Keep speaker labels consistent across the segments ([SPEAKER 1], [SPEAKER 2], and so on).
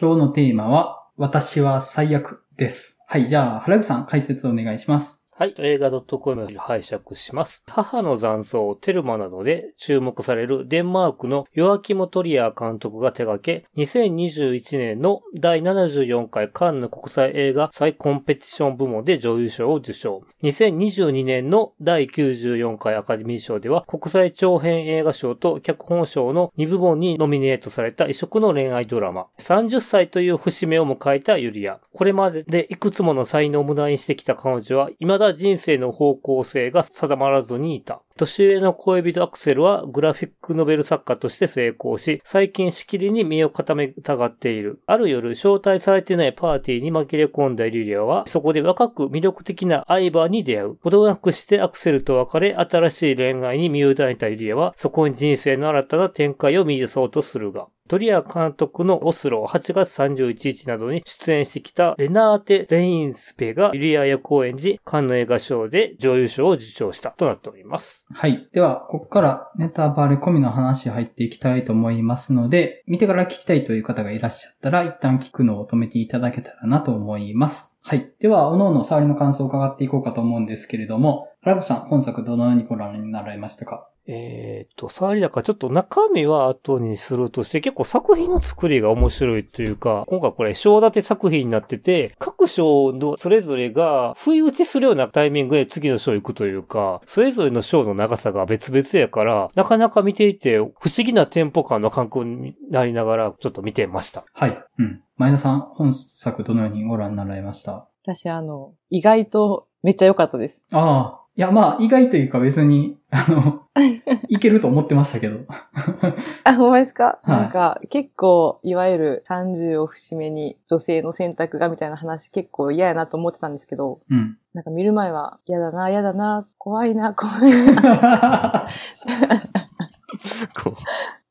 [SPEAKER 1] 今日のテーマは、私は最悪です。はい、じゃあ、原口さん解説お願いします。
[SPEAKER 2] はい。映画 .com を拝借します。母の残像、テルマなどで注目されるデンマークのヨアキモ・トリアー監督が手掛け、2021年の第74回カンヌ国際映画最コンペティション部門で女優賞を受賞。2022年の第94回アカデミー賞では国際長編映画賞と脚本賞の2部門にノミネートされた異色の恋愛ドラマ。30歳という節目を迎えたユリア。これまででいくつもの才能を無駄にしてきた彼女は、未だ人生の方向性が定まらずにいた。年上の恋人アクセルはグラフィックノベル作家として成功し、最近しきりに身を固めたがっている。ある夜、招待されてないパーティーに紛れ込んだリリアは、そこで若く魅力的なアイバーに出会う。ほどなくしてアクセルと別れ、新しい恋愛に身を委ねたリリアは、そこに人生の新たな展開を見出そうとするが。トリア監督のオスロ8月31日などに出演してきたレナーテ・レインスペがユリア役を演じ、カンヌ映画賞で女優賞を受賞したとなっております。
[SPEAKER 1] はい。では、ここからネタバレ込みの話入っていきたいと思いますので、見てから聞きたいという方がいらっしゃったら、一旦聞くのを止めていただけたらなと思います。はい。では、おのおの触りの感想を伺っていこうかと思うんですけれども、原口さん、本作どのようにご覧になられましたか
[SPEAKER 2] えー、っと、触りだからちょっと中身は後にするとして結構作品の作りが面白いというか、今回これ章立て作品になってて、各章のそれぞれが不意打ちするようなタイミングで次の章行くというか、それぞれの章の長さが別々やから、なかなか見ていて不思議なテンポ感の感覚になりながらちょっと見てました。
[SPEAKER 1] はい。うん。前田さん、本作どのようにご覧になられました
[SPEAKER 3] 私、あの、意外とめっちゃ良かったです。
[SPEAKER 1] ああ。いや、まあ、意外というか別に、あの、いけると思ってましたけど。
[SPEAKER 3] あ、ほんまですか、
[SPEAKER 1] い
[SPEAKER 3] なんか、結構、いわゆる30を節目に女性の選択がみたいな話結構嫌やなと思ってたんですけど、
[SPEAKER 1] うん。
[SPEAKER 3] なんか見る前は嫌だな、嫌だな、怖いな、怖いな っ
[SPEAKER 2] こ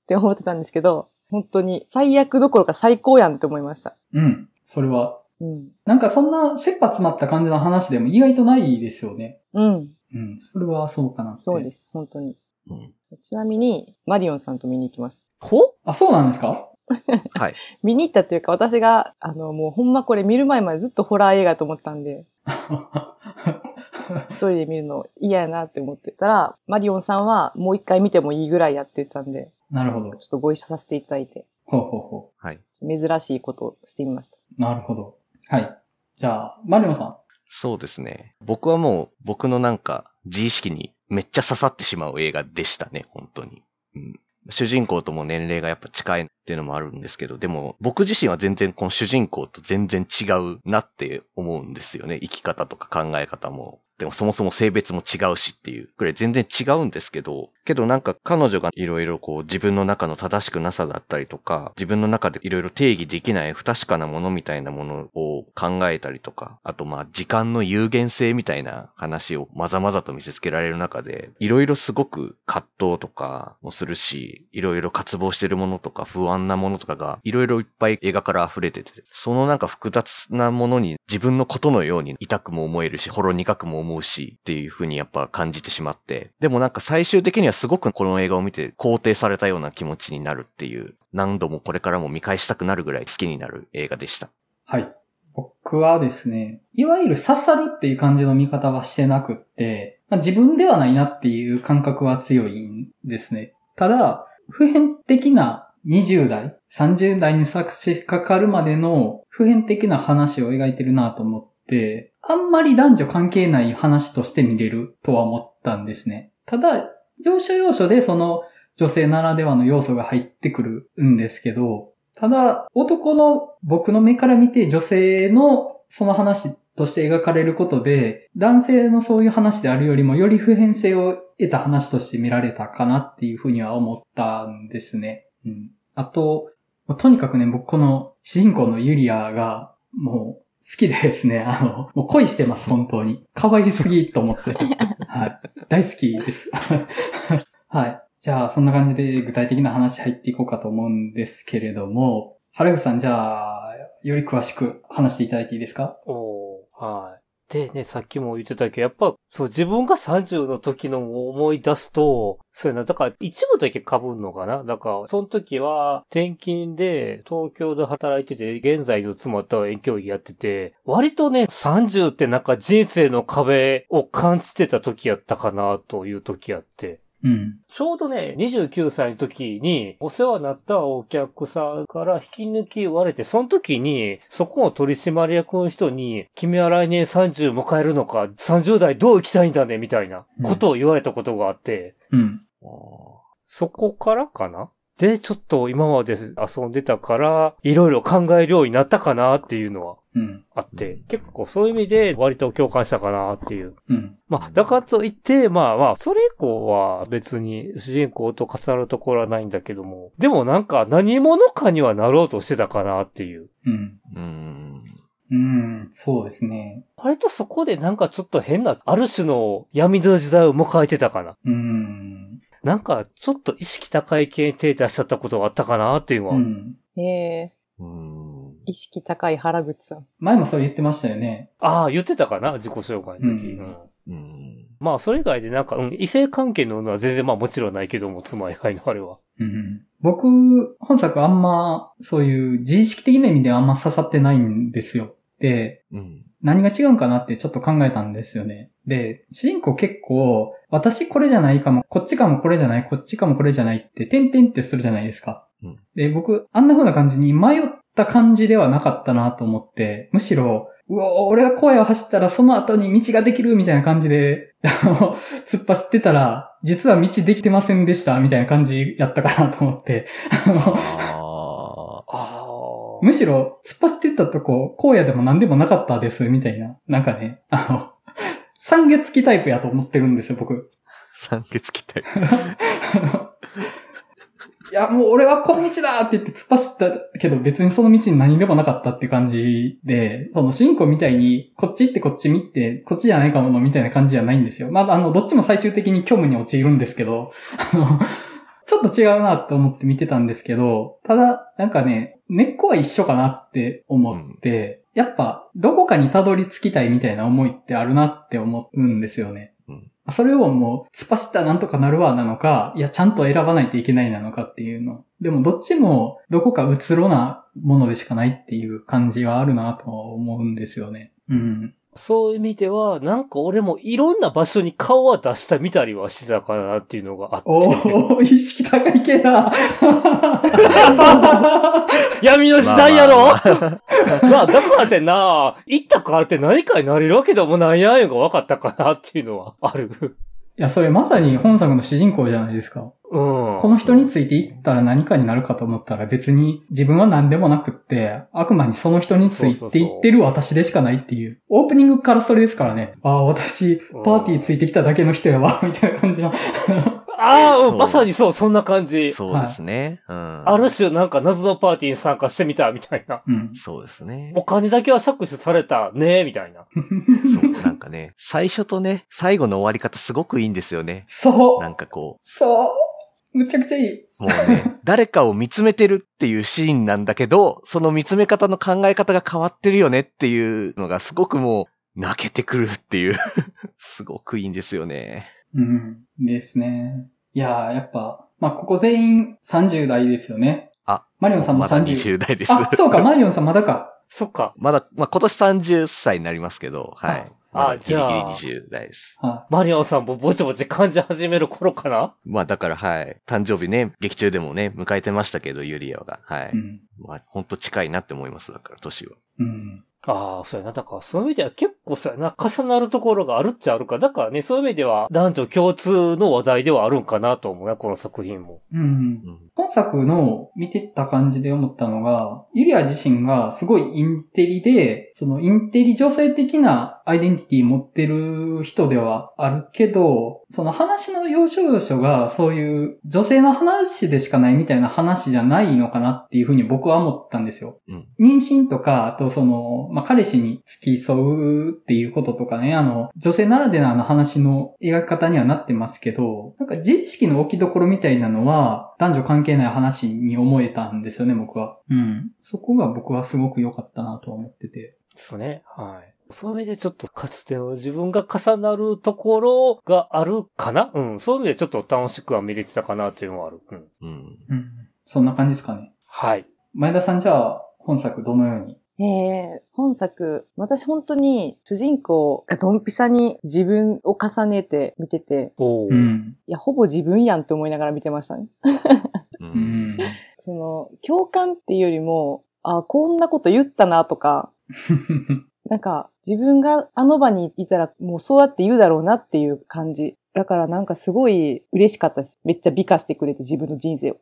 [SPEAKER 3] て思ってたんですけど、本当に最悪どころか最高やんって思いました。
[SPEAKER 1] うん。それは。
[SPEAKER 3] うん。
[SPEAKER 1] なんかそんな切羽詰まった感じの話でも意外とないですよね。
[SPEAKER 3] うん。
[SPEAKER 1] うん。それはそうかなって。
[SPEAKER 3] そうです。本当に。
[SPEAKER 4] うん
[SPEAKER 3] ちなみに、マリオンさんと見に行きました。
[SPEAKER 2] うほ
[SPEAKER 1] あ、そうなんですか
[SPEAKER 4] はい。
[SPEAKER 3] 見に行ったっていうか、私が、あの、もうほんまこれ見る前までずっとホラー映画と思ってたんで、一人で見るの嫌やなって思ってたら、マリオンさんはもう一回見てもいいぐらいやって言ってたんで、
[SPEAKER 1] なるほど
[SPEAKER 3] ちょ。っとご一緒させていただいて、
[SPEAKER 1] ほうほうほ
[SPEAKER 4] はい。
[SPEAKER 3] 珍しいことをしてみました。
[SPEAKER 1] う。なるほど。はい。じゃあ、マリオさ
[SPEAKER 4] そうですね。僕はもう僕のなんか自意識にめっちゃ刺さってしまう映画でしたね、本当に。うん主人公とも年齢がやっぱ近いっていうのもあるんですけど、でも僕自身は全然この主人公と全然違うなって思うんですよね。生き方とか考え方も。でもそもそも性別も違うしっていう。これ全然違うんですけど、けどなんか彼女がいろいろこう自分の中の正しくなさだったりとか、自分の中でいろいろ定義できない不確かなものみたいなものを考えたりとか、あとまあ時間の有限性みたいな話をまざまざと見せつけられる中で、いろいろすごく葛藤とかもするし、いろいろ渇望してるものとか不安なものとかが、いろいろいっぱい映画から溢れてて、そのなんか複雑なものに自分のことのように痛くも思えるし、ほろ苦くも思うし、っていう風にやっぱ感じてしまって、でもなんか最終的にはすごくこの映画を見て肯定されたような気持ちになるっていう、何度もこれからも見返したくなるぐらい好きになる映画でした。
[SPEAKER 1] ん。はい。僕はですね、いわゆる刺さるっていう感じの見方はしてなくって、まあ、自分ではないなっていう感覚は強いんですね。ただ、普遍的な20代、30代に差し掛かるまでの普遍的な話を描いてるなと思って、あんまり男女関係ない話として見れるとは思ったんですね。ただ、要所要所でその女性ならではの要素が入ってくるんですけど、ただ、男の僕の目から見て女性のその話として描かれることで、男性のそういう話であるよりもより普遍性を得た話として見られたかなっていうふうには思ったんですね。うん。あと、とにかくね、僕この主人公のユリアがもう好きでですね、 あの、もう恋してます、本当に。可愛すぎと思って。はい。大好きです。 はい。じゃあ、そんな感じで具体的な話入っていこうかと思うんですけれども、原口さん、じゃあ、より詳しく話していただいていいですか
[SPEAKER 2] おーはい。でね、さっきも言ってたけど、やっぱ、そう、自分が30の時のを思い出すと、そうやな、だから一部だけ被るのかなだから、その時は、転勤で、東京で働いてて、現在の妻と遠距離やってて、割とね、30ってなんか人生の壁を感じてた時やったかな、という時やって。
[SPEAKER 1] うん。
[SPEAKER 2] ちょうどね、29歳の時に、お世話になったお客さんから引き抜き言われて、その時に、そこの取締役の人に、君は来年30迎えるのか、30代どう生きたいんだね、みたいなことを言われたことがあって、
[SPEAKER 1] うん。
[SPEAKER 2] そこからかなで、ちょっと今まで遊んでたから、いろいろ考えるようになったかなっていうのは
[SPEAKER 1] うん。
[SPEAKER 2] あって、結構そういう意味で割と共感したかなっていう。
[SPEAKER 1] うん。
[SPEAKER 2] まあ、だからといって、まあまあ、それ以降は別に主人公と重なるところはないんだけども、でもなんか何者かにはなろうとしてたかなっていう。
[SPEAKER 1] うん。
[SPEAKER 4] うん。
[SPEAKER 1] うん。そうですね。
[SPEAKER 2] 割とそこでなんかちょっと変な、ある種の闇の時代を迎えてたかな。
[SPEAKER 1] うん。
[SPEAKER 2] なんかちょっと意識高い系に手出しちゃったことがあったかなっていうのは。
[SPEAKER 1] うん。
[SPEAKER 3] ええ
[SPEAKER 4] うん。
[SPEAKER 3] 意識高い原口さん。
[SPEAKER 1] 前もそれ言ってましたよね。
[SPEAKER 2] ああ、言ってたかな自己紹介の時。
[SPEAKER 1] うん
[SPEAKER 2] うん
[SPEAKER 4] うん。
[SPEAKER 2] まあ、それ以外でなんか、うん、異性関係ののは全然まあもちろんないけども、妻以外のあれは。
[SPEAKER 1] うん。僕、本作あんま、そういう自意識的な意味ではあんま刺さってないんですよ。で、
[SPEAKER 4] うん。
[SPEAKER 1] 何が違うんかなってちょっと考えたんですよね。で、主人公結構、私これじゃないかも、こっちかもこれじゃない、こっちかもこれじゃないって、点々ってするじゃないですか。
[SPEAKER 4] うん
[SPEAKER 1] で、僕、あんな風な感じに迷った感じではなかったなと思って、むしろ、うお俺が荒野を走ったらその後に道ができるみたいな感じで、 あの、突っ走ってたら、実は道できてませんでしたみたいな感じやったかなと思って、あの、
[SPEAKER 4] あ
[SPEAKER 2] ああ。
[SPEAKER 1] むしろ、突っ走ってったとこ、荒野でも何でもなかったです、みたいな。なんかね、あの、三月期タイプやと思ってるんですよ、僕。
[SPEAKER 4] あ。酸欠期待。
[SPEAKER 1] あのいや、もう俺はこの道だって言って突っ走ったけど、別にその道に何でもなかったっていう感じで、その主人公みたいに、こっち行ってこっち見て、こっちじゃないかものみたいな感じじゃないんですよ。まあ、あの、どっちも最終的に虚無に陥るんですけど、あの、 ちょっと違うなと思って見てたんですけど、ただ、なんかね、根っこは一緒かなって思って、やっぱ、どこかにたどり着きたいみたいな思いってあるなって思うんですよね。
[SPEAKER 4] うん
[SPEAKER 1] それをもう、突っ走ったらなんとかなるわなのか、いや、ちゃんと選ばないといけないなのかっていうの。でも、どっちも、どこかうつろなものでしかないっていう感じはあるなとは思うんですよね。うん。
[SPEAKER 2] そういう意味では、なんか俺もいろんな場所に顔は出したみたりはしてたかなっていうのがあって。
[SPEAKER 1] おー、 意識高い系だ。
[SPEAKER 2] 闇の時代や
[SPEAKER 4] ま
[SPEAKER 2] ろ
[SPEAKER 4] あまあま あ
[SPEAKER 2] まあ、だからってな、行ったからって何かになれるわけでもないやんが分かったかなっていうのはある。
[SPEAKER 1] いや、それまさに本作の主人公じゃないですか。
[SPEAKER 2] うん。
[SPEAKER 1] この人についていったら何かになるかと思ったら別に自分は何でもなくって、あくまにその人についていってる私でしかないっていう。オープニングからそれですからね。ああ、私、パーティーついてきただけの人やわ、み たいな感じの。
[SPEAKER 2] ああ、う
[SPEAKER 4] そ
[SPEAKER 2] ん
[SPEAKER 4] う
[SPEAKER 2] まさにそう、そんな感じ。
[SPEAKER 4] そうですね。うん。
[SPEAKER 2] ある種なんか謎のパーティーに参加してみたみたいな。
[SPEAKER 1] うん。
[SPEAKER 4] そうですね。
[SPEAKER 2] お金だけは搾取されたねみたいな。
[SPEAKER 4] そう、なんかね、最初とね、最後の終わり方すごくいいんですよね。
[SPEAKER 1] そう
[SPEAKER 4] なんかこ
[SPEAKER 1] そうむちゃくちゃいい。
[SPEAKER 4] う、もうね、誰かを見つめてるっていうシーンなんだけど、その見つめ方の考え方が変わってるよねっていうのがすごくもう、泣けてくるっていう、 すごくいいんですよね。
[SPEAKER 1] うん。ですね。いやー、やっぱ、まあ、ここ全員30代ですよね。
[SPEAKER 4] あ、
[SPEAKER 1] マリオンさんも
[SPEAKER 4] まだ
[SPEAKER 1] 30。
[SPEAKER 4] 20代です。
[SPEAKER 1] あ、そうか、マリオンさんまだか。
[SPEAKER 2] そっか。
[SPEAKER 4] まだ、まあ、今年30歳になりますけど、はい。
[SPEAKER 2] あ
[SPEAKER 4] まだ
[SPEAKER 2] あ
[SPEAKER 4] ギリギ
[SPEAKER 2] じ
[SPEAKER 4] リ
[SPEAKER 2] ゃあ
[SPEAKER 4] 20代です。
[SPEAKER 1] は
[SPEAKER 2] マリオンさんもぼちぼち感じ始める頃かな
[SPEAKER 4] まあだからはい、誕生日ね、劇中でもね、迎えてましたけど、ユリアが。はい
[SPEAKER 1] い。う。ん。
[SPEAKER 4] まあほんと近いなって思います、だから、年は。
[SPEAKER 1] うん。
[SPEAKER 2] ああ、そうやな。だから、そういう意味では結構そうやな。重なるところがあるっちゃあるか。だからね、そういう意味では男女共通の話題ではあるんかなと思うな、この作品も。
[SPEAKER 1] うん。
[SPEAKER 4] うん。
[SPEAKER 1] 本作の見てた感じで思ったのが、ユリア自身がすごいインテリで、そのインテリ女性的なアイデンティティ持ってる人ではあるけど、その話の要所要所がそういう女性の話でしかないみたいな話じゃないのかなっていうふうに僕は思ったんですよ。
[SPEAKER 4] うん
[SPEAKER 1] 妊娠とか、あとその、まあ、彼氏に付き添うっていうこととかね、あの、女性ならではの話の描き方にはなってますけど、なんか自意識の置きどころみたいなのは、男女関係ない話に思えたんですよね、僕は。うん。そこが僕はすごく良かったなとは思ってて。
[SPEAKER 2] ですね。はい。そういう意味でちょっとかつての自分が重なるところがあるかなうん。そういう意味でちょっと楽しくは見れてたかなというのはある。うん。
[SPEAKER 4] うん。
[SPEAKER 1] うん。そんな感じですかね。
[SPEAKER 2] はい。
[SPEAKER 1] 前田さんじゃあ、本作どのように
[SPEAKER 3] ええ本作、私本当に主人公がドンピシャに自分を重ねて見てて、
[SPEAKER 2] おー。
[SPEAKER 1] うん。
[SPEAKER 3] いや、ほぼ自分やんって思いながら見てましたね。
[SPEAKER 4] う。
[SPEAKER 1] うんん。
[SPEAKER 3] その、共感っていうよりも、あ、こんなこと言ったなとか、なんか自分があの場にいたらもうそうやって言うだろうなっていう感じ。だからなんかすごい嬉しかったです。めっちゃ美化してくれて自分の人生を。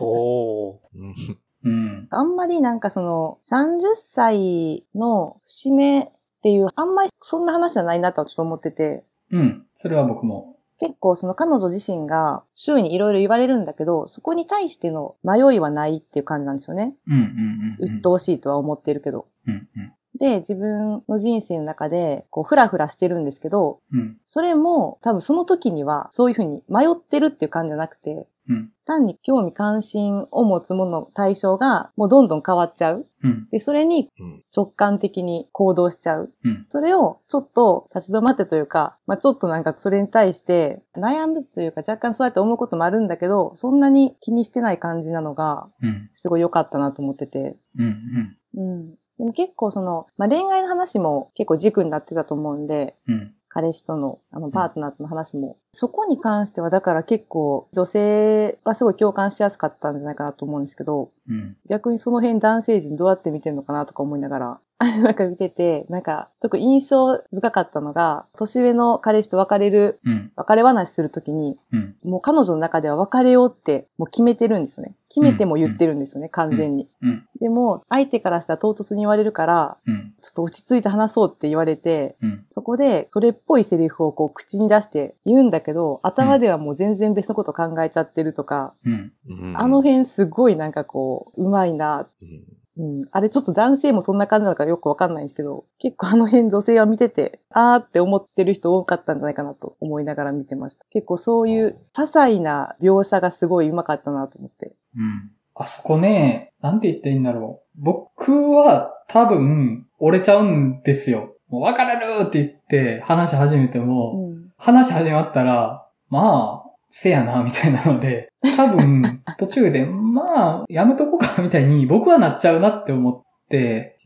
[SPEAKER 2] おー。
[SPEAKER 4] うん
[SPEAKER 1] うん。
[SPEAKER 3] あんまりなんかその、30歳の節目っていう、あんまりそんな話じゃないなとはちょっと思ってて、
[SPEAKER 1] うん。それは僕も。
[SPEAKER 3] 結構その彼女自身が周囲にいろいろ言われるんだけど、そこに対しての迷いはないっていう感じなんですよね。
[SPEAKER 1] うんうんうん。
[SPEAKER 3] 鬱陶しいとは思ってるけど。
[SPEAKER 1] うんうん。
[SPEAKER 3] で、自分の人生の中で、こう、ふらふらしてるんですけど、
[SPEAKER 1] うん。
[SPEAKER 3] それも多分その時にはそういうふうに迷ってるっていう感じじゃなくて、
[SPEAKER 1] うん
[SPEAKER 3] 単に興味関心を持つもの対象がもうどんどん変わっちゃう。
[SPEAKER 1] うん。
[SPEAKER 3] で、それに
[SPEAKER 4] うん
[SPEAKER 3] 直感的に行動しちゃう。
[SPEAKER 1] うん
[SPEAKER 3] それをちょっと立ち止まってというか、まあ、ちょっとなんかそれに対して悩むというか若干そうやって思うこともあるんだけど、そんなに気にしてない感じなのが
[SPEAKER 1] うん。
[SPEAKER 3] すごい良かったなと思ってて。
[SPEAKER 1] うんうん。
[SPEAKER 3] うん。でも結構その、まあ、恋愛の話も結構軸になってたと思うんで、
[SPEAKER 1] うん。
[SPEAKER 3] 彼氏との、あの、パートナーとの話も。そこに関しては、だから結構、女性はすごい共感しやすかったんじゃないかなと思うんですけど、
[SPEAKER 1] うん。
[SPEAKER 3] 逆にその辺男性陣どうやって見てるのかなとか思いながら、 なんか見てて、なんか、特に印象深かったのが、年上の彼氏と別れる、
[SPEAKER 1] うん。
[SPEAKER 3] 別れ話するときに、
[SPEAKER 1] うん。
[SPEAKER 3] もう彼女の中では別れようって、もう決めてるんですね。決めても言ってるんですよね、完全に。
[SPEAKER 1] うん。
[SPEAKER 3] でも、相手からしたら唐突に言われるから、
[SPEAKER 1] うん。
[SPEAKER 3] ちょっと落ち着いて話そうって言われて、
[SPEAKER 1] うん。
[SPEAKER 3] そこで、それっぽいセリフをこう口に出して言うんだけど、頭ではもう全然別のこと考えちゃってるとか、
[SPEAKER 1] うん。
[SPEAKER 4] うん
[SPEAKER 3] あの辺すごいなんかこう、うまいな。
[SPEAKER 4] うん
[SPEAKER 3] うん。あれちょっと男性もそんな感じなのかよくわかんないんですけど、結構あの辺女性は見てて、あーって思ってる人多かったんじゃないかなと思いながら見てました。結構そういう些細な描写がすごいうまかったなと思って。
[SPEAKER 1] うん。あそこね、なんて言っていいんだろう。僕は多分折れちゃうんですよ。もう別れるって言って話し始めても、
[SPEAKER 3] うん。
[SPEAKER 1] 話始まったら、まあ、せやな、みたいなので、多 分、途中で、まあ、やめとこうか、みたいに、僕はなっちゃうなって思って、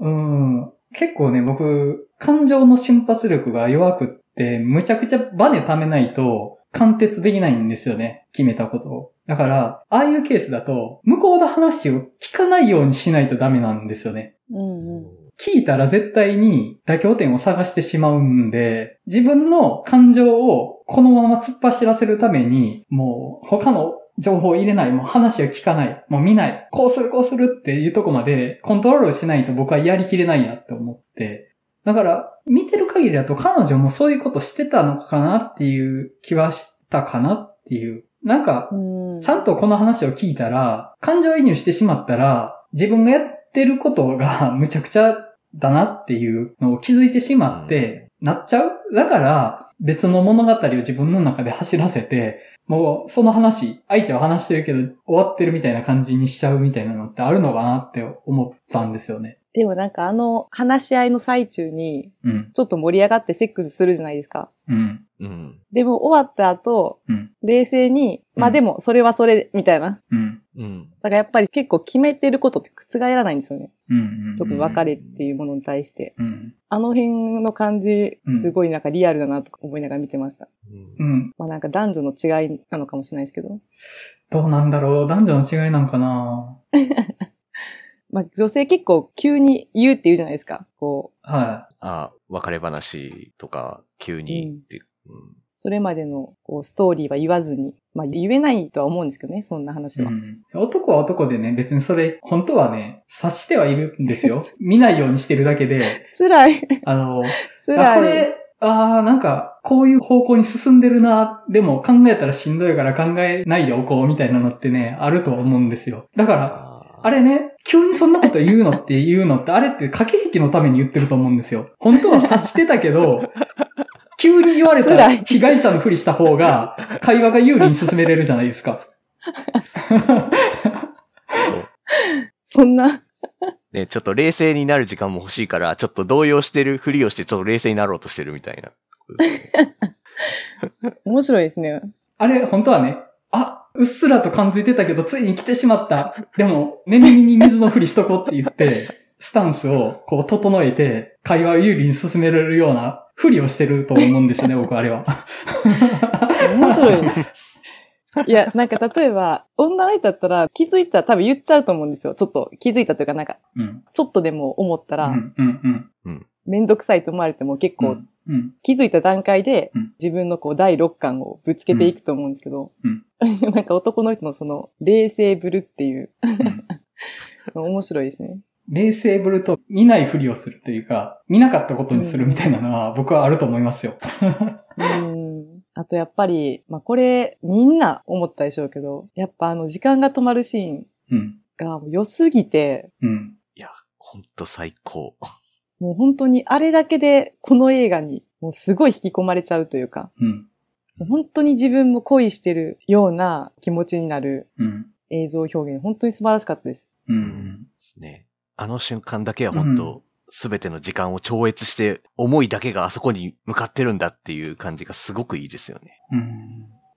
[SPEAKER 4] うん
[SPEAKER 1] うん、結構ね、僕、感情の瞬発力が弱くって、むちゃくちゃバネ貯めないと、貫徹できないんですよね、決めたことを。だから、ああいうケースだと、向こうの話を聞かないようにしないとダメなんですよね。
[SPEAKER 3] うんうん。
[SPEAKER 1] 聞いたら絶対に妥協点を探してしまうんで、自分の感情をこのまま突っ走らせるために、もう他の情報を入れない、もう話を聞かない、もう見ない、こうするこうするっていうとこまでコントロールしないと僕はやりきれないなって思って。だから、見てる限りだと彼女もそういうことしてたのかなっていう気はしたかなっていう。なんか、
[SPEAKER 3] うん。
[SPEAKER 1] ちゃんとこの話を聞いたら、感情移入してしまったら、自分がやってることが むちゃくちゃだなっていうのを気づいてしまって、なっちゃうだから、別の物語を自分の中で走らせて、もうその話、相手は話してるけど終わってるみたいな感じにしちゃうみたいなのってあるのかなって思ったんですよね。
[SPEAKER 3] でもなんかあの話し合いの最中に、
[SPEAKER 1] うん、
[SPEAKER 3] ちょっと盛り上がってセックスするじゃないですか。
[SPEAKER 1] うん、
[SPEAKER 4] うん
[SPEAKER 3] でも終わった後、
[SPEAKER 1] うん
[SPEAKER 3] 冷静に、
[SPEAKER 1] うん
[SPEAKER 3] まあでもそれはそれ、みたいな。
[SPEAKER 1] うん、
[SPEAKER 4] うん
[SPEAKER 3] だからやっぱり結構決めてることって覆らないんですよね。
[SPEAKER 1] うん、うん、
[SPEAKER 3] 特に別れっていうものに対して。
[SPEAKER 1] うん、
[SPEAKER 3] あの辺の感じ
[SPEAKER 1] うん、
[SPEAKER 3] すごいなんかリアルだなとか思いながら見てました。
[SPEAKER 4] うん
[SPEAKER 1] うん。
[SPEAKER 3] まあなんか男女の違いなのかもしれないですけど。
[SPEAKER 1] どうなんだろう男女の違いなんかな
[SPEAKER 3] まあ女性結構急に言うって言うじゃないですか。こう、
[SPEAKER 1] は
[SPEAKER 4] あ、別れ話とか、急にって。うん
[SPEAKER 3] それまでのこうストーリーは言わずに。まあ言えないとは思うんですけどね、そんな話
[SPEAKER 1] い。う
[SPEAKER 3] は。
[SPEAKER 1] ん、男は男でね、別にそれ、本当はね、察してはいるんです よ。見ないようにしてるだけで、
[SPEAKER 3] 辛い。
[SPEAKER 1] あの、あ、こ
[SPEAKER 3] 辛い。
[SPEAKER 1] れ、あーなんか、こういう方向に進んでるな、でも考えたらしんどいから考えないでおこうみたいなのってね、あると思うんですよ。だから、あ
[SPEAKER 4] あ
[SPEAKER 1] れね、急にそんなこと言うのって言うのって、あれって駆け引きのために言ってると思うんですよ。本当は察してたけ ど、急に言われたら
[SPEAKER 3] 辛い
[SPEAKER 1] 被害者のふりした方が、会話が有利に進めれるじゃないですか。
[SPEAKER 4] れ
[SPEAKER 3] そんな、
[SPEAKER 4] ね、ちょっと冷静になる時間も欲しいから、ちょっと動揺してるふりをして、ちょっと冷静になろうとしてるみたいなことですね。
[SPEAKER 3] 面白いですね。
[SPEAKER 1] あれ、本当はね、あ、うっすらと感づいてたけど、ついに来てしまった。でも、寝耳に水のふりしとこうって言って、スタンスをこう整えて、会話を有利に進められるようなふりをしてると思うんですよね、僕あれは。
[SPEAKER 3] 面白い。いや、なんか例えば、女の人だったら気づいたら多分言っちゃうと思うんですよ。ちょっと気づいたというか、なんか、
[SPEAKER 1] うん。
[SPEAKER 3] ちょっとでも思った
[SPEAKER 1] う
[SPEAKER 3] ら、
[SPEAKER 1] ん、うん、うん。
[SPEAKER 3] めんどくさいと思われても結
[SPEAKER 1] う
[SPEAKER 3] 構、
[SPEAKER 1] んうん。
[SPEAKER 3] 気づいた段階で
[SPEAKER 1] うん
[SPEAKER 3] 自分のこう第六感をぶつけていくと思うんですけど、
[SPEAKER 1] うん
[SPEAKER 3] なん か男の人のその冷静ぶるっていう、
[SPEAKER 1] うん
[SPEAKER 3] 面白いですね。
[SPEAKER 1] 冷静ぶると見ないふりをするというか、見なかったことにするみたいなのは僕はあると思いますよ。
[SPEAKER 3] うん。あとやっぱり、まあこれみんな思ったでしょうけど、やっぱあの時間が止まるシーン
[SPEAKER 1] うん。
[SPEAKER 3] がもう良すぎて、
[SPEAKER 1] うん。
[SPEAKER 4] ほんと最高。
[SPEAKER 3] もう本当にあれだけでこの映画にもうすごい引き込まれちゃうというか、
[SPEAKER 1] うん。
[SPEAKER 3] もう本当に自分も恋してるような気持ちになる
[SPEAKER 1] うん。
[SPEAKER 3] 映像表現、本当に素晴らしかったです。
[SPEAKER 1] うん。
[SPEAKER 4] ね。あの瞬間だけは本当、すべての時間を超越して、思いだけがあそこに向かってるんだっていう感じがすごくいいですよね。
[SPEAKER 1] うん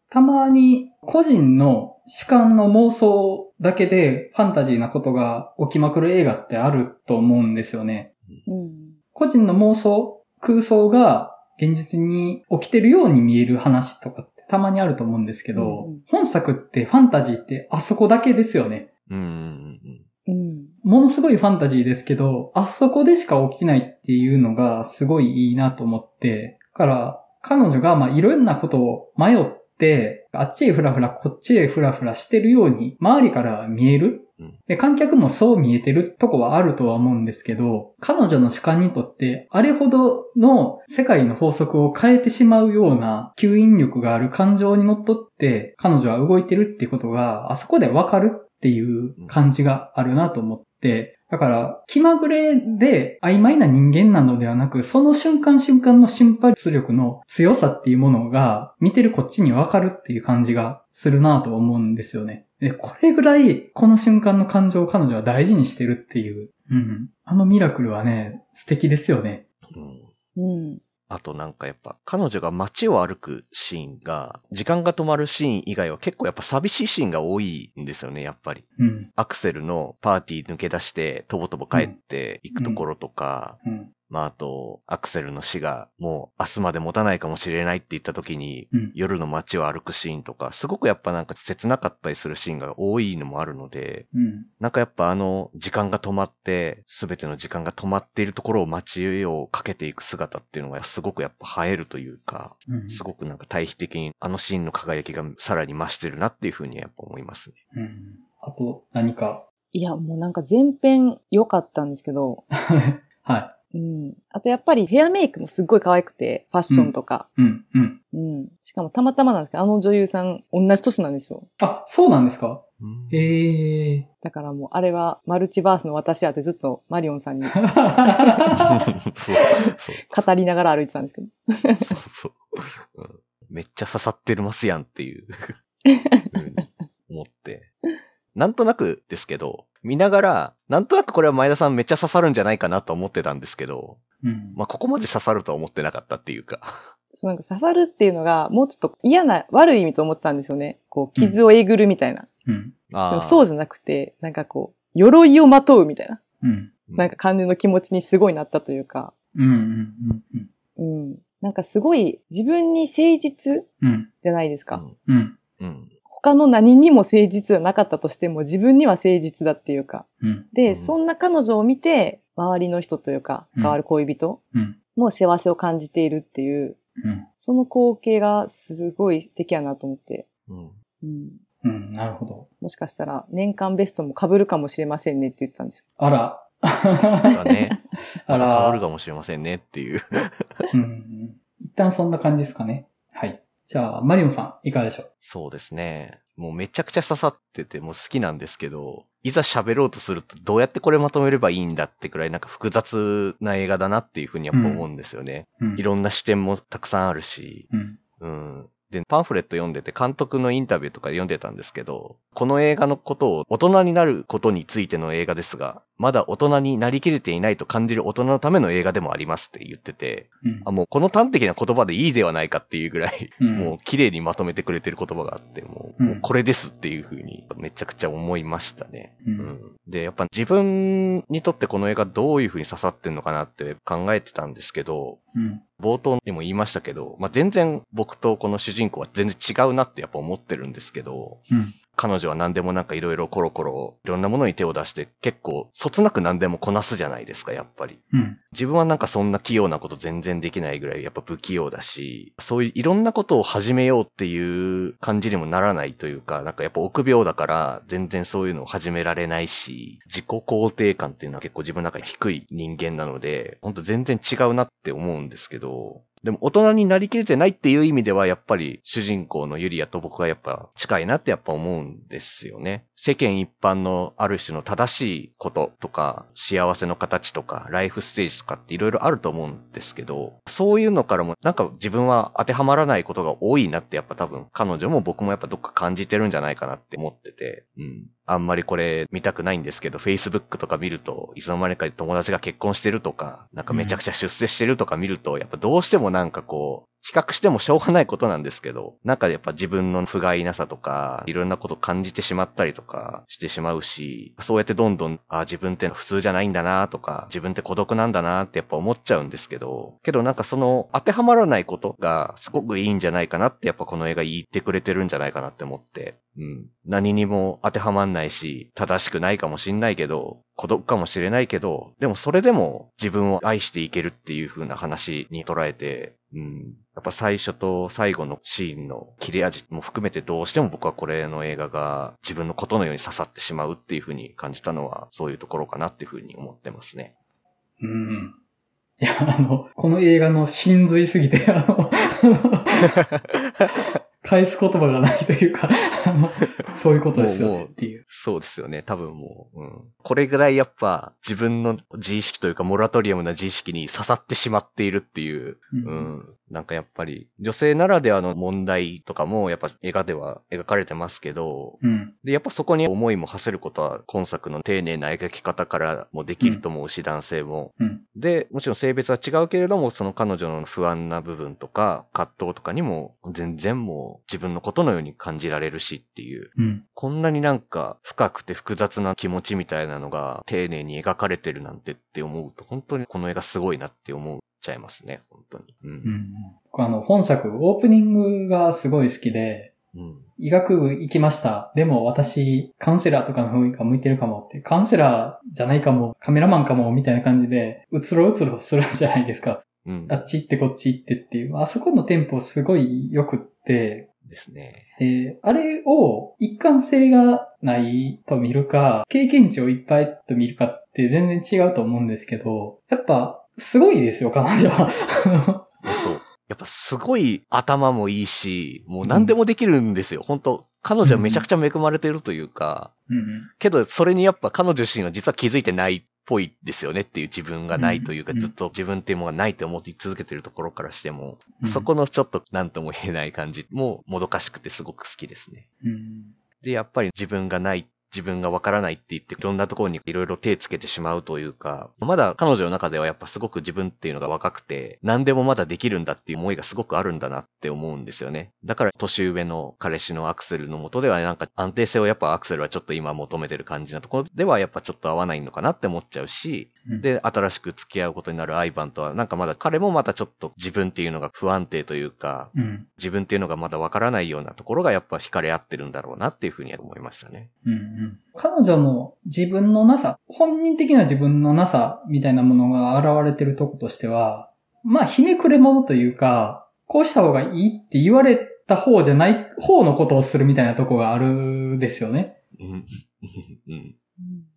[SPEAKER 1] たまに個人の主観の妄想だけでファンタジーなことが起きまくる映画ってあると思うんですよね。
[SPEAKER 3] うん。
[SPEAKER 1] 個人の妄想、空想が現実に起きてるように見える話とかってたまにあると思うんですけど、
[SPEAKER 3] うん
[SPEAKER 1] 本作ってファンタジーってあそこだけですよね。
[SPEAKER 4] うんうんうん。
[SPEAKER 3] うん。
[SPEAKER 1] ものすごいファンタジーですけど、あそこでしか起きないっていうのがすごいいいなと思って、だから彼女がまあいろんなことを迷って、あっちへふらふらこっちへふらふらしてるように周りから見える
[SPEAKER 4] うん。
[SPEAKER 1] で、観客もそう見えてるとこはあるとは思うんですけど、彼女の主観にとって、あれほどの世界の法則を変えてしまうような吸引力がある感情にのっとって、彼女は動いてるってことが、あそこでわかるっていう感じがあるなと思って、だから、気まぐれで曖昧な人間なのではなく、その瞬間瞬間の瞬発力の強さっていうものが、見てるこっちにわかるっていう感じがするなと思うんですよね。で、これぐらい、この瞬間の感情を彼女は大事にしてるっていう。うん。あのミラクルはね、素敵ですよね。
[SPEAKER 4] うん
[SPEAKER 3] うん。
[SPEAKER 4] あとなんかやっぱ彼女が街を歩くシーンが、時間が止まるシーン以外は結構やっぱ寂しいシーンが多いんですよね、やっぱり。
[SPEAKER 1] うん。
[SPEAKER 4] アクセルのパーティー抜け出して、とぼとぼ帰っていくところとか、
[SPEAKER 1] うん。
[SPEAKER 4] まああと、アクセルの死がもう明日まで持たないかもしれないって言った時に、
[SPEAKER 1] うん。
[SPEAKER 4] 夜の街を歩くシーンとか、すごくやっぱなんか切なかったりするシーンが多いのもあるので、
[SPEAKER 1] うん。
[SPEAKER 4] なんかやっぱあの時間が止まって、すべての時間が止まっているところを街をかけていく姿っていうのがすごくやっぱ映えるというか、
[SPEAKER 1] うん。
[SPEAKER 4] すごくなんか対比的にあのシーンの輝きがさらに増してるなっていうふうにやっぱ思いますね。
[SPEAKER 1] うん。あと、何か。
[SPEAKER 3] いや、もうなんか全編良かったんですけど、
[SPEAKER 1] は
[SPEAKER 3] うん。あとやっぱりヘアメイクもすっごい可愛くて、ファッションとか。
[SPEAKER 1] い。うん。うん。
[SPEAKER 3] うん。しかもたまたまなんですけど、あの女優さん同じ年なんですよ。
[SPEAKER 1] あ、そうなんですか
[SPEAKER 4] うん
[SPEAKER 1] ええ
[SPEAKER 3] だからもうあれはマルチバースの私やってずっとマリオンさんに
[SPEAKER 1] ー。
[SPEAKER 4] そう、そう、
[SPEAKER 3] 語りながら歩いてたんですけど。
[SPEAKER 4] そう、そう、うんめっちゃ刺さってるますやんっ ていうふうに思って。なんとなくですけど、見ながら、なんとなくこれは前田さんめっちゃ刺さるんじゃないかなと思ってたんですけど、
[SPEAKER 1] うん。
[SPEAKER 4] まあここまで刺さるとは思ってなかったっていうか。
[SPEAKER 3] そうなんか刺さるっていうのが、もうちょっと嫌な、悪い意味と思ってたんですよね。こう、傷をえぐるみたいな。
[SPEAKER 1] うん。
[SPEAKER 3] で
[SPEAKER 4] あ
[SPEAKER 3] も
[SPEAKER 4] あ
[SPEAKER 3] そうじゃなくて、なんかこう、鎧をまとうみたいな、
[SPEAKER 1] うん。
[SPEAKER 3] なんか感じの気持ちにすごいなったというか、
[SPEAKER 1] うん。うん。うん。
[SPEAKER 3] うん。なんかすごい自分に誠実
[SPEAKER 1] うん。
[SPEAKER 3] じゃないですか。
[SPEAKER 1] うん。
[SPEAKER 4] うん。
[SPEAKER 3] 他の何にも誠実じゃなかったとしても自分には誠実だっていうか。
[SPEAKER 1] うん。
[SPEAKER 3] で、
[SPEAKER 4] うん
[SPEAKER 3] そんな彼女を見て、周りの人というか、
[SPEAKER 1] うん
[SPEAKER 3] 変わる恋人
[SPEAKER 1] うん。
[SPEAKER 3] も幸せを感じているっていう、
[SPEAKER 1] うん。
[SPEAKER 3] その光景がすごい素敵やなと思って。
[SPEAKER 4] うん。
[SPEAKER 3] うん。
[SPEAKER 1] うん。なるほど。
[SPEAKER 3] もしかしたら年間ベストも被るかもしれませんねって言ってたんですよ。
[SPEAKER 1] あら。
[SPEAKER 4] だ ね。
[SPEAKER 1] あ
[SPEAKER 4] また変わる
[SPEAKER 1] ら。
[SPEAKER 4] かもしれませんねっていう。
[SPEAKER 1] うん。一旦そんな感じですかね。はい。じゃあ、マリオンさん、いかがでしょう
[SPEAKER 4] そうですね。もうめちゃくちゃ刺さってて、もう好きなんですけど、いざ喋ろうとすると、どうやってこれまとめればいいんだってくらい、なんか複雑な映画だなっていうふうにやっぱ思うんですよね。
[SPEAKER 1] うん
[SPEAKER 4] いろんな視点もたくさんあるし、
[SPEAKER 1] うん。
[SPEAKER 4] うん。で、パンフレット読んでて、監督のインタビューとか読んでたんですけど、この映画のことを大人になることについての映画ですが、まだ大人になりきれていないと感じる大人のための映画でもありますって言ってて、
[SPEAKER 1] うん
[SPEAKER 4] あ、もうこの端的な言葉でいいではないかっていうぐらい、
[SPEAKER 1] うん
[SPEAKER 4] もう綺麗にまとめてくれてる言葉があって、も
[SPEAKER 1] う
[SPEAKER 4] う,、
[SPEAKER 1] ん
[SPEAKER 4] もうこれですっていうふうにめちゃくちゃ思いましたね。
[SPEAKER 1] う
[SPEAKER 4] うんん、で、やっぱ自分にとってこの映画どういうふうに刺さってるのかなって考えてたんですけど、
[SPEAKER 1] うん
[SPEAKER 4] 冒頭にも言いましたけど、まあ、全然僕とこの主人公は全然違うなってやっぱ思ってるんですけど、
[SPEAKER 1] うん
[SPEAKER 4] 彼女は何でもなんかいろいろコロコロいろんなものに手を出して結構そつなく何でもこなすじゃないですか、やっぱり。
[SPEAKER 1] うん
[SPEAKER 4] 自分はなんかそんな器用なこと全然できないぐらいやっぱ不器用だし、そういういろんなことを始めようっていう感じにもならないというか、なんかやっぱ臆病だから全然そういうのを始められないし、自己肯定感っていうのは結構自分の中で低い人間なので、ほんと全然違うなって思うんですけど、でも大人になりきれてないっていう意味ではやっぱり主人公のユリアと僕はやっぱ近いなってやっぱ思うんですよね。世間一般のある種の正しいこととか幸せの形とかライフステージとかっていろいろあると思うんですけど、そういうのからもなんか自分は当てはまらないことが多いなってやっぱ多分彼女も僕もやっぱどっか感じてるんじゃないかなって思ってて、うん。あんまりこれ見たくないんですけど、Facebook とか見ると、いつの間にか友達が結婚してるとか、なんかめちゃくちゃ出世してるとか見ると、やっぱどうしてもなんかこう、比較してもしょうがないことなんですけど、なんかやっぱ自分の不甲斐なさとか、いろんなこと感じてしまったりとかしてしまうし、そうやってどんどん、あ、自分って普通じゃないんだなとか、自分って孤独なんだなってやっぱ思っちゃうんですけど、けどなんかその当てはまらないことがすごくいいんじゃないかなってやっぱこの映画言ってくれてるんじゃないかなって思って、うん。何にも当てはまんないし、正しくないかもしんないけど、孤独かもしれないけど、でもそれでも自分を愛していけるっていう風な話に捉えて、うん。やっぱ最初と最後のシーンの切れ味も含めてどうしても僕はこれの映画が自分のことのように刺さってしまうっていう風に感じたのはそういうところかなっていう風に思ってますね。
[SPEAKER 1] うんいや、あの、この映画の真髄すぎて、あの、返す言葉がないというか、あの、そういうことですよねっていう。
[SPEAKER 4] そうですよね。多分もう、うん。これぐらいやっぱ自分の自意識というかモラトリアムな自意識に刺さってしまっているっていうう
[SPEAKER 1] うん
[SPEAKER 4] ん。なんかやっぱり、女性ならではの問題とかも、やっぱ映画では描かれてますけど、
[SPEAKER 1] うん。
[SPEAKER 4] で、やっぱそこに思いも馳せることは、今作の丁寧な描き方からもできると思うし、男性も。
[SPEAKER 1] うん。
[SPEAKER 4] で、もちろん性別は違うけれども、その彼女の不安な部分とか、葛藤とかにも、全然もう自分のことのように感じられるしっていう。
[SPEAKER 1] うん。
[SPEAKER 4] こんなになんか深くて複雑な気持ちみたいなのが丁寧に描かれてるなんてって思うと、本当にこの映画すごいなって思っちゃいますね、本当に。うん
[SPEAKER 1] うん。僕あの、本作、オープニングがすごい好きで、
[SPEAKER 4] うん。
[SPEAKER 1] 医学部行きました。でも私、カウンセラーとかの雰囲気が向いてるかもって、カウンセラーじゃないかも、カメラマンかも、みたいな感じで、うつろうつろするじゃないですか。
[SPEAKER 4] うん
[SPEAKER 1] あ。っち行ってこっち行ってっていう、あそこのテンポすごい良くって、
[SPEAKER 4] ですね。
[SPEAKER 1] で、あれを一貫性がないと見るか、経験値をいっぱいと見るかって全然違うと思うんですけど、やっぱ、すごいですよ、彼女は。
[SPEAKER 4] そう。やっぱすごい頭もいいし、もう何でもできるんですよ、本当彼女はめちゃくちゃ恵まれてるというか、
[SPEAKER 1] うん。
[SPEAKER 4] けどそれにやっぱ彼女自身は実は気づいてないっぽいですよねっていう自分がないというか、
[SPEAKER 1] うん
[SPEAKER 4] ずっと自分っていうものがないと思って続けてるところからしても、
[SPEAKER 1] うん
[SPEAKER 4] そこのちょっと何とも言えない感じももどかしくてすごく好きですね。
[SPEAKER 1] うん。
[SPEAKER 4] で、やっぱり自分がない、自分がわからないって言って、いろんなところにいろいろ手つけてしまうというか、まだ彼女の中ではやっぱすごく自分っていうのが若くて、何でもまだできるんだっていう思いがすごくあるんだなって思うんですよね。だから年上の彼氏のアクセルのもとではなんか安定性をやっぱアクセルはちょっと今求めてる感じなところではやっぱちょっと合わないのかなって思っちゃうし、
[SPEAKER 1] うん、
[SPEAKER 4] で、新しく付き合うことになるアイバンとは、なんかまだ彼もまたちょっと自分っていうのが不安定というか、
[SPEAKER 1] うん。
[SPEAKER 4] 自分っていうのがまだわからないようなところがやっぱ惹かれ合ってるんだろうなっていうふうに思いましたね。
[SPEAKER 1] うんうん。彼女の自分のなさ、本人的な自分のなさみたいなものが現れてるとことしては、まあ、ひねくれ者というか、こうした方がいいって言われた方じゃない方のことをするみたいなとこがあるですよね。
[SPEAKER 4] うん。うん。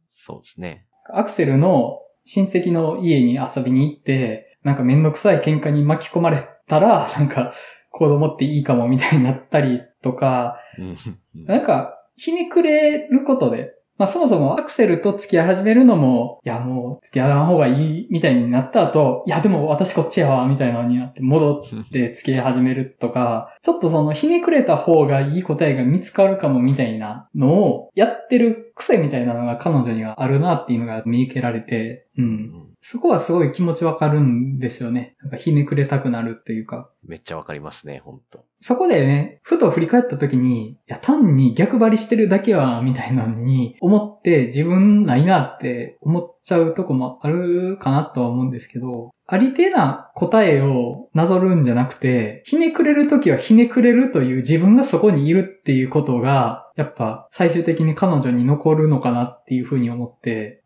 [SPEAKER 4] そうですね。
[SPEAKER 1] アクセルの親戚の家に遊びに行って、なんかめんどくさい喧嘩に巻き込まれたら、なんか子供っていいかもみたいになったりとか、
[SPEAKER 4] うん。
[SPEAKER 1] なんか、ひねくれることで、まあそもそもアクセルと付き合い始めるのも、いやもう付き合わん方がいいみたいになった後、いやでも私こっちやわみたいなのになって戻って付き合い始めるとか、ちょっとそのひねくれた方がいい答えが見つかるかもみたいなのをやってる癖みたいなのが彼女にはあるなっていうのが見受けられて、う。
[SPEAKER 4] うんん
[SPEAKER 1] そこはすごい気持ちわかるんですよね。なんかひねくれたくなるっていうか。
[SPEAKER 4] めっちゃわかりますね、本当
[SPEAKER 1] そこでね、ふと振り返った時に、いや、単に逆張りしてるだけは、みたいなのに、思って自分ないなって思っちゃうとこもあるかなとは思うんですけど、ありてえな答えをなぞるんじゃなくて、ひねくれる時はひねくれるという自分がそこにいるっていうことが、やっぱ最終的に彼女に残るのかなっていうふうに思って、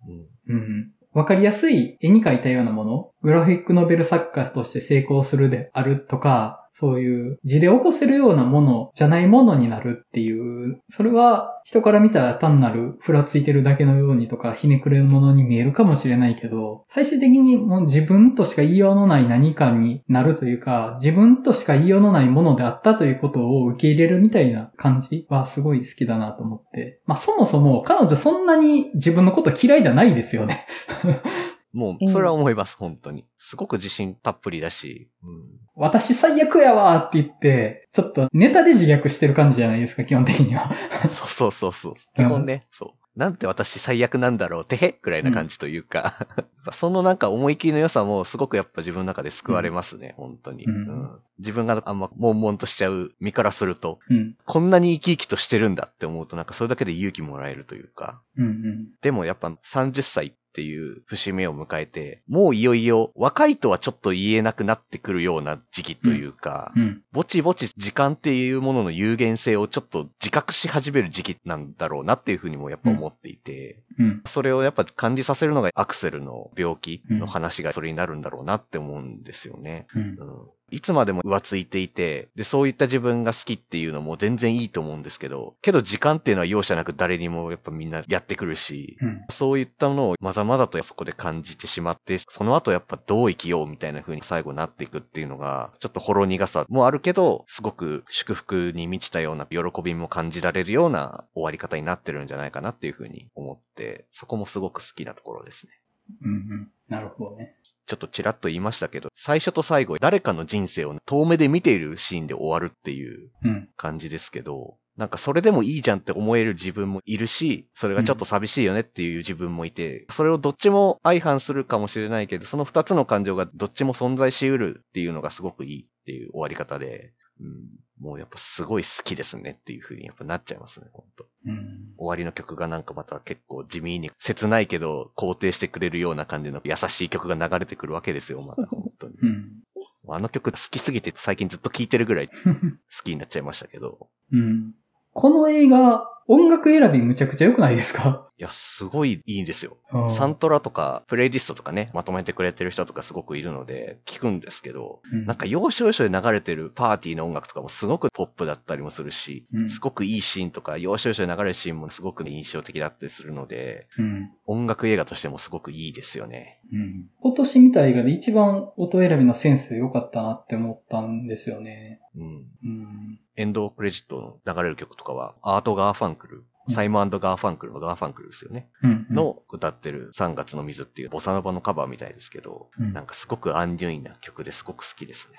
[SPEAKER 4] うん
[SPEAKER 1] うん。わかりやすい絵に描いたようなもの、グラフィックノベル作家として成功するであるとか、そういう字で起こせるようなものじゃないものになるっていう、それは人から見たら単なるふらついてるだけのようにとかひねくれるものに見えるかもしれないけど、最終的にもう自分としか言いようのない何かになるというか、自分としか言いようのないものであったということを受け入れるみたいな感じはすごい好きだなと思って。まあそもそも彼女そんなに自分のこと嫌いじゃないですよね。
[SPEAKER 3] う
[SPEAKER 4] もう、
[SPEAKER 3] ん
[SPEAKER 4] それは思います、本当に。すごく自信たっぷりだし、うん
[SPEAKER 1] 私最悪やわーって言って、ちょっとネタで自虐してる感じじゃないですか、基本的には。
[SPEAKER 4] そうそうそうそう。基本ね、そう。なんて私最悪なんだろう、てへくらいな感じというか、そのなんか思い切りの良さもすごくやっぱ自分の中で救われますね、本当に、
[SPEAKER 1] うん
[SPEAKER 4] 自分があんま悶々としちゃう身からすると、
[SPEAKER 1] うん。
[SPEAKER 4] こんなに生き生きとしてるんだって思うとなんかそれだけで勇気もらえるというか、
[SPEAKER 1] うんうん。
[SPEAKER 4] でもやっぱ30歳っていう節目を迎えて、もういよいよ若いとはちょっと言えなくなってくるような時期というか、
[SPEAKER 1] うん。
[SPEAKER 4] ぼちぼち時間っていうものの有限性をちょっと自覚し始める時期なんだろうなっていうふうにもやっぱ思っていて、
[SPEAKER 1] うん。
[SPEAKER 4] それをやっぱ感じさせるのがアクセルの病気の話がそれになるんだろうなって思うんですよね。
[SPEAKER 1] うん。
[SPEAKER 4] うんいつまでも浮ついていて、で、そういった自分が好きっていうのも全然いいと思うんですけど、けど時間っていうのは容赦なく誰にもやっぱみんなやってくるし、
[SPEAKER 1] うん。
[SPEAKER 4] そういったものをまざまざとそこで感じてしまって、その後やっぱどう生きようみたいな風に最後なっていくっていうのが、ちょっとほろ苦さもあるけど、すごく祝福に満ちたような喜びも感じられるような終わり方になってるんじゃないかなっていう風に思って、そこもすごく好きなところですね。
[SPEAKER 1] うんうん。なるほどね。
[SPEAKER 4] ちょっとちらっと言いましたけど、最初と最後、誰かの人生を遠目で見ているシーンで終わるっていう
[SPEAKER 1] うん。
[SPEAKER 4] 感じですけど、なんかそれでもいいじゃんって思える自分もいるし、それがちょっと寂しいよねっていう自分もいて、それをどっちも相反するかもしれないけど、その二つの感情がどっちも存在し得るっていうのがすごくいいっていう終わり方で、うん、もうやっぱすごい好きですねっていう風にやっぱなっちゃいますね、本当
[SPEAKER 1] うん。
[SPEAKER 4] 終わりの曲がなんかまた結構地味に切ないけど肯定してくれるような感じの優しい曲が流れてくるわけですよ、また本 当に。
[SPEAKER 1] うん。
[SPEAKER 4] あの曲好きすぎて最近ずっと聴いてるぐらい好きになっちゃいましたけど。
[SPEAKER 1] うん。この映画、音楽選びむちゃくちゃ良くないですか
[SPEAKER 4] いや、すごいいいんですよ。
[SPEAKER 1] うん
[SPEAKER 4] サントラとか、プレイリストとかね、まとめてくれてる人とかすごくいるので、聞くんですけど、
[SPEAKER 1] うん
[SPEAKER 4] なんか要所要所で流れてるパーティーの音楽とかもすごくポップだったりもするし、
[SPEAKER 1] うん
[SPEAKER 4] すごくいいシーンとか、要所要所で流れるシーンもすごく印象的だったりするので、
[SPEAKER 1] うん。
[SPEAKER 4] 音楽映画としてもすごくいいですよね。
[SPEAKER 1] うん。今年見た映画で一番音選びのセンス良かったなって思ったんですよね。
[SPEAKER 4] うん。
[SPEAKER 1] うん。
[SPEAKER 4] エンドクレジットの流れる曲とかは、アート・ガーファンクル
[SPEAKER 1] う、ん
[SPEAKER 4] サイモンガーファンクルのガーファンクルですよね。
[SPEAKER 1] うん。
[SPEAKER 4] の歌ってる3月の水っていうボサノバのカバーみたいですけど、
[SPEAKER 1] うん
[SPEAKER 4] なんかすごくアンデュインな曲ですごく好きですね。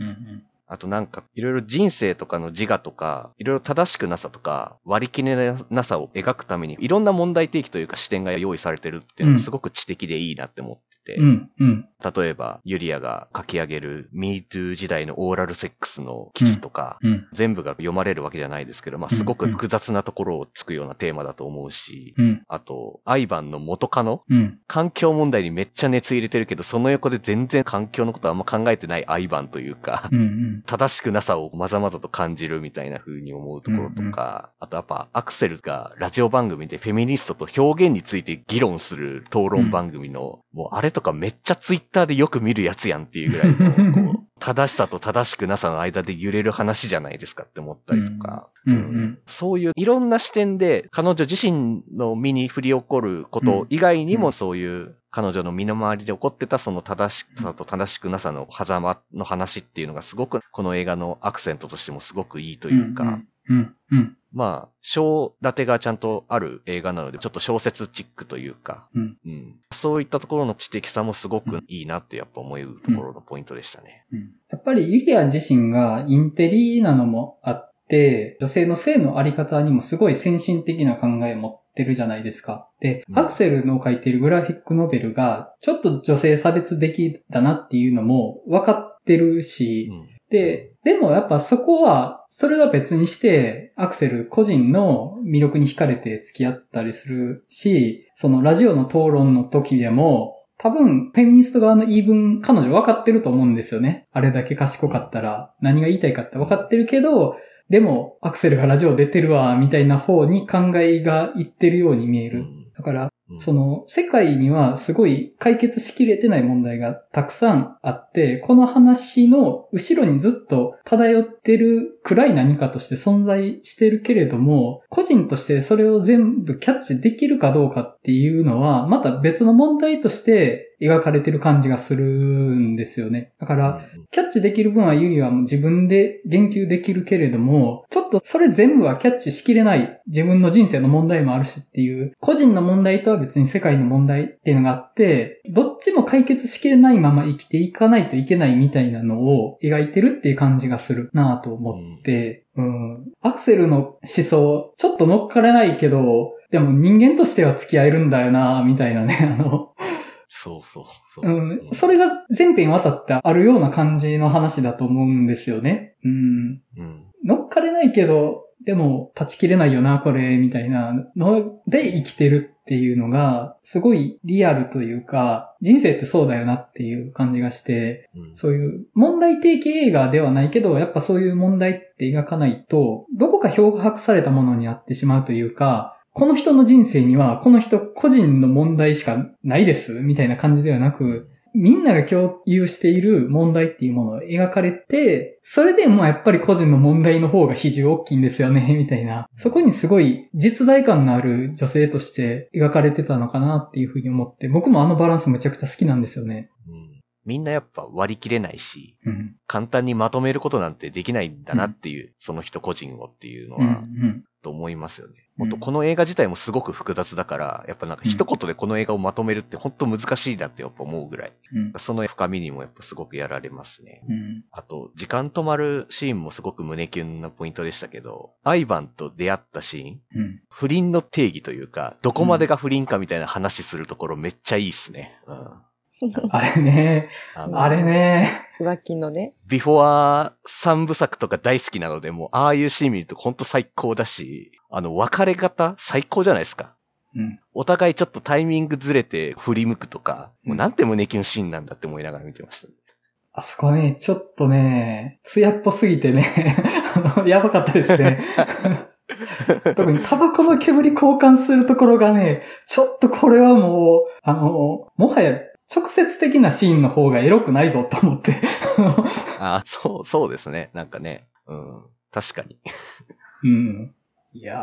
[SPEAKER 1] うん。うん。
[SPEAKER 4] あとなんかいろいろ人生とかの自我とか、いろいろ正しくなさとか、割り切れなさを描くためにいろんな問題提起というか視点が用意されてるっていうの
[SPEAKER 1] うん
[SPEAKER 4] がすごく知的でいいなって思ってて、
[SPEAKER 1] うん。うん。
[SPEAKER 4] 例えばユリアが書き上げる MeToo 時代のオーラルセックスの記事とか、
[SPEAKER 1] うん。
[SPEAKER 4] 全部が読まれるわけじゃないですけど、まあ、すごく複雑なところをつくようなテーマだと思うし、
[SPEAKER 1] うん。
[SPEAKER 4] あと、アイバンの元カノ
[SPEAKER 1] うん。
[SPEAKER 4] 環境問題にめっちゃ熱入れてるけど、その横で全然環境のことあんま考えてないアイバンというか、
[SPEAKER 1] うん。うん。
[SPEAKER 4] 正しくなさをまざまざと感じるみたいな風に思うところとか、あとやっぱアクセルがラジオ番組でフェミニストと表現について議論する討論番組の、もうあれとかめっちゃツイッターでよく見るやつやんっていうぐらいの、こう正しさと正しくなさの間で揺れる話じゃないですかって思ったりとか、
[SPEAKER 1] うんうん
[SPEAKER 4] そういういろんな視点で彼女自身の身に降り起こること以外に
[SPEAKER 1] う
[SPEAKER 4] もそういう彼女の身の回りで起こってたその正しさと正しくなさの狭間の話っていうのがすごくこの映画のアクセントとしてもすごくいいと
[SPEAKER 1] と
[SPEAKER 4] いうか、
[SPEAKER 1] うん。うん。
[SPEAKER 4] まあ、章立てがちゃんとある映画なので、ちょっと小説チックというか、
[SPEAKER 1] うん
[SPEAKER 4] そういったところの知的さもすごくいいなってやっぱ思うところのポイントでしたね。
[SPEAKER 1] うんやっぱりユリア自身がインテリなのもあって、女性の性のあり方にもすごい先進的な考え持ってるじゃないですか。で、
[SPEAKER 4] うん
[SPEAKER 1] アクセルの書いてるグラフィックノベルが、ちょっと女性差別的だなっていうのも分かってるし、
[SPEAKER 4] うん
[SPEAKER 1] で、でもやっぱそこは、それは別にして、アクセル個人の魅力に惹かれて付き合ったりするし、そのラジオの討論の時でも、多分、フェミニスト側の言い分、彼女分かってると思うんですよね。あれだけ賢かったら、何が言いたいかって分かってるけど、でも、アクセルがラジオ出てるわ、みたいな方に考えがいってるように見え
[SPEAKER 4] う
[SPEAKER 1] る。
[SPEAKER 4] ん
[SPEAKER 1] だから、
[SPEAKER 4] うん
[SPEAKER 1] その、世界にはすごい解決しきれてない問題がたくさんあって、この話の後ろにずっと漂ってる暗い何かとして存在してるけれども、個人としてそれを全部キャッチできるかどうかっていうのは、また別の問題として描かれてる感じがするんですよね。だから、キャッチできる分はユリはもう自分で言及できるけれども、ちょっとそれ全部はキャッチしきれない自分の人生の問題もあるしっていう、個人の問題とは別に世界の問題っていうのがあって、どっちも解決しきれないまま生きていかないといけないみたいなのを描いてるっていう感じがするなぁと思って、うん。アクセルの思想、ちょっと乗っからないけど、でも人間としては付き合えるんだよなぁみたいなね、あの、
[SPEAKER 4] そうそうそう。
[SPEAKER 1] うん、それが全編渡ってあるような感じの話だと思うんですよね。うん。
[SPEAKER 4] うん
[SPEAKER 1] 乗っかれないけど、でも断ち切れないよな、これ、みたいなので生きてるっていうのが、すごいリアルというか、人生ってそうだよなっていう感じがして、
[SPEAKER 4] うん
[SPEAKER 1] そういう問題提起映画ではないけど、やっぱそういう問題って描かないと、どこか漂白されたものになってしまうというか、この人の人生には、この人個人の問題しかないです、みたいな感じではなく、みんなが共有している問題っていうものを描かれて、それでもやっぱり個人の問題の方が比重大きいんですよね、 みたいな。そこにすごい実在感のある女性として描かれてたのかなっていうふうに思って、僕もあのバランスむちゃくちゃ好きなんですよね。
[SPEAKER 4] うんみんなやっぱ割り切れないし、
[SPEAKER 1] うん。
[SPEAKER 4] 簡単にまとめることなんてできないんだなっていう、その人個人をっていうの
[SPEAKER 1] うん、う
[SPEAKER 4] は、
[SPEAKER 1] ん。
[SPEAKER 4] と思いますよね。
[SPEAKER 1] う
[SPEAKER 4] も
[SPEAKER 1] ん
[SPEAKER 4] っとこの映画自体もすごく複雑だから、やっぱなんか一言でこの映画をまとめるって本当難しいなってやっぱ思うぐらい。
[SPEAKER 1] うん
[SPEAKER 4] その深みにもやっぱすごくやられますね。
[SPEAKER 1] うん。
[SPEAKER 4] あと、時間止まるシーンもすごく胸キュンなポイントでしたけど、アイバンと出会ったシーン、
[SPEAKER 1] うん。
[SPEAKER 4] 不倫の定義というか、どこまでが不倫かみたいな話するところめっちゃいいっすね。うん。
[SPEAKER 1] あれね、
[SPEAKER 4] あの
[SPEAKER 1] あれね。
[SPEAKER 3] 浮気のね。
[SPEAKER 4] ビフォア三部作とか大好きなので、もうああいうシーン見ると本当最高だし、あの、別れ方最高じゃないですか。
[SPEAKER 1] うん。
[SPEAKER 4] お互いちょっとタイミングずれて振り向くとか、
[SPEAKER 1] うん
[SPEAKER 4] もうなんて胸キュンシーンなんだって思いながら見てました。
[SPEAKER 1] あそこね、ちょっとね、艶っぽすぎてね、 あのやばかったです ね。特にタバコの煙交換するところがね、ちょっとこれはもう、あの、もはや直接的なシーンの方がエロくないぞと思って。
[SPEAKER 4] ああ、そう、そうですね。なんかね。うん。確かに。
[SPEAKER 1] うん。いやー。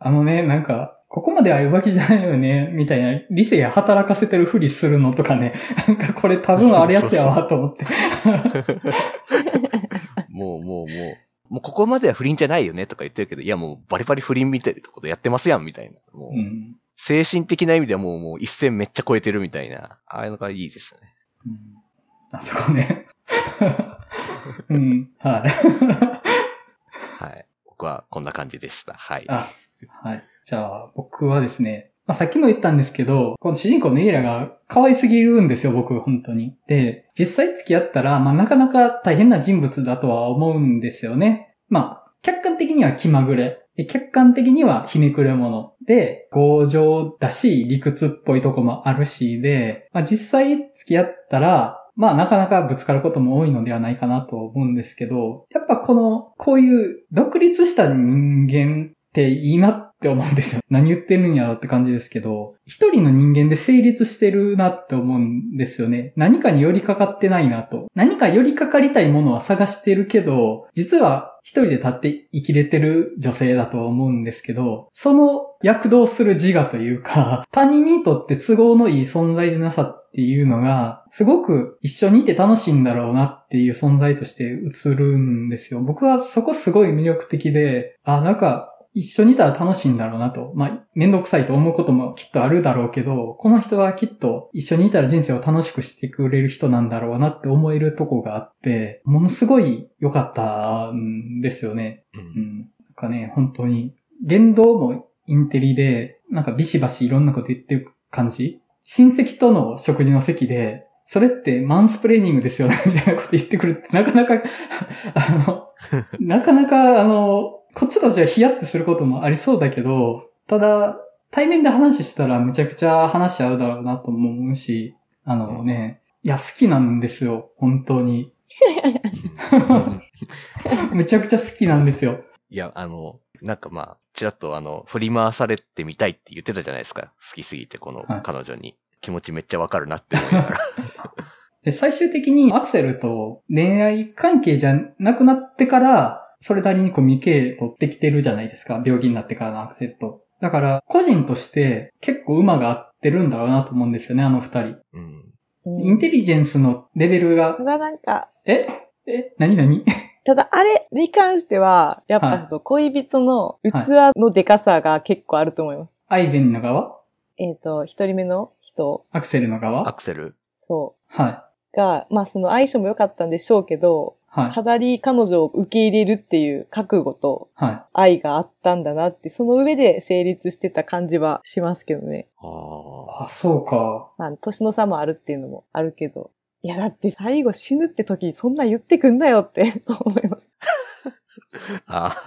[SPEAKER 1] あのね、なんか、ここまでは浮気じゃないよね、みたいな、理性働かせてるふりするのとかね、なんかこれ多分あるやつやわ、と思って。
[SPEAKER 4] もうもうもう。もうここまでは不倫じゃないよねとか言ってるけど、いやもうバリバリ不倫見てるとことやってますやんみたいな。
[SPEAKER 1] う
[SPEAKER 4] もう、
[SPEAKER 1] ん。
[SPEAKER 4] 精神的な意味ではもうもう一線めっちゃ超えてるみたいな。ああいうのがいいですね。
[SPEAKER 1] うんあそこね。 うん、はい。
[SPEAKER 4] はい。僕はこんな感じでした。はい。
[SPEAKER 1] あ、はい。じゃあ、僕はですね、まあ、さっきも言ったんですけど、この主人公のイラが可愛すぎるんですよ、僕、本当に。で、実際付き合ったら、まあ、なかなか大変な人物だとは思うんですよね。まあ、客観的には気まぐれ。で客観的にはひねくれ者。で、強情だし、理屈っぽいとこもあるし、で、まあ、実際付き合ったら、まあなかなかぶつかることも多いのではないかなと思うんですけど、やっぱこの、こういう独立した人間っていいなって思うんですよ。 何言ってるんやろって感じですけど、一人の人間で成立してるなって思うんですよね。何かに寄りかかってないなと。何か寄りかかりたいものは探してるけど、実は一人で立って生きれてる女性だと思うんですけど、その躍動する自我というか、 他人にとって都合のいい存在でなさっていうのが、すごく一緒にいて楽しいんだろうなっていう存在として映るんですよ。僕はそこすごい魅力的で、あ、なんか一緒にいたら楽しいんだろうなと。まあ、めんどくさいと思うこともきっとあるだろうけど、この人はきっと一緒にいたら人生を楽しくしてくれる人なんだろうなって思えるとこがあって、ものすごい良かったんですよね。
[SPEAKER 4] う。
[SPEAKER 1] うんん。なんかね、本当に。言動もインテリで、なんかビシバシいろんなこと言ってる感じ親戚との食事の席で、それってマンスプレーニングですよね、みたいなこと言ってくるって、なかなか、あの、なかなか、あの、こっちとしてはヒヤッとすることもありそうだけど、ただ、対面で話したらむちゃくちゃ話し合うだろうなとも思うし、あのね、いや、好きなんですよ、本当に。むちゃくちゃ好きなんですよ。
[SPEAKER 4] いや、あの、なんかまあ、ちらっとあの、振り回されてみたいって言ってたじゃないですか。好きすぎて、この
[SPEAKER 1] はい
[SPEAKER 4] 彼女に。気持ちめっちゃわかるなって思いながら。
[SPEAKER 1] で、最終的にアクセルと恋愛関係じゃなくなってから、それなりにコミュニケートってきてるじゃないですか。病気になってからのアクセルと。だから、個人として結構馬が合ってるんだろうなと思うんですよね、あの二人。
[SPEAKER 4] うん。
[SPEAKER 1] インテリジェンスのレベルが
[SPEAKER 3] た、だなんか、
[SPEAKER 1] ええ何何
[SPEAKER 3] ただあれに関しては、やっぱその恋人の器のデカさが結構あると思います。
[SPEAKER 1] アイベンの側
[SPEAKER 3] えっ、と、一人目の人、
[SPEAKER 1] アクセルの
[SPEAKER 4] ア
[SPEAKER 1] 側
[SPEAKER 4] クセル。
[SPEAKER 3] そ
[SPEAKER 1] は
[SPEAKER 3] う、が、まあその相性も良かったんでしょうけど、
[SPEAKER 1] い。はい。
[SPEAKER 3] 飾り彼女を受け入れるっていう覚悟と
[SPEAKER 1] は
[SPEAKER 3] 愛があったんだなって、その上で成立してた感じはしますけどね。
[SPEAKER 4] あ
[SPEAKER 1] い。
[SPEAKER 4] あ。
[SPEAKER 1] あ、そうか。
[SPEAKER 3] まあ、年の差もあるっていうのもあるけど。いや、だって最後死ぬって時にそんな言ってくんなよって 思います。
[SPEAKER 4] あ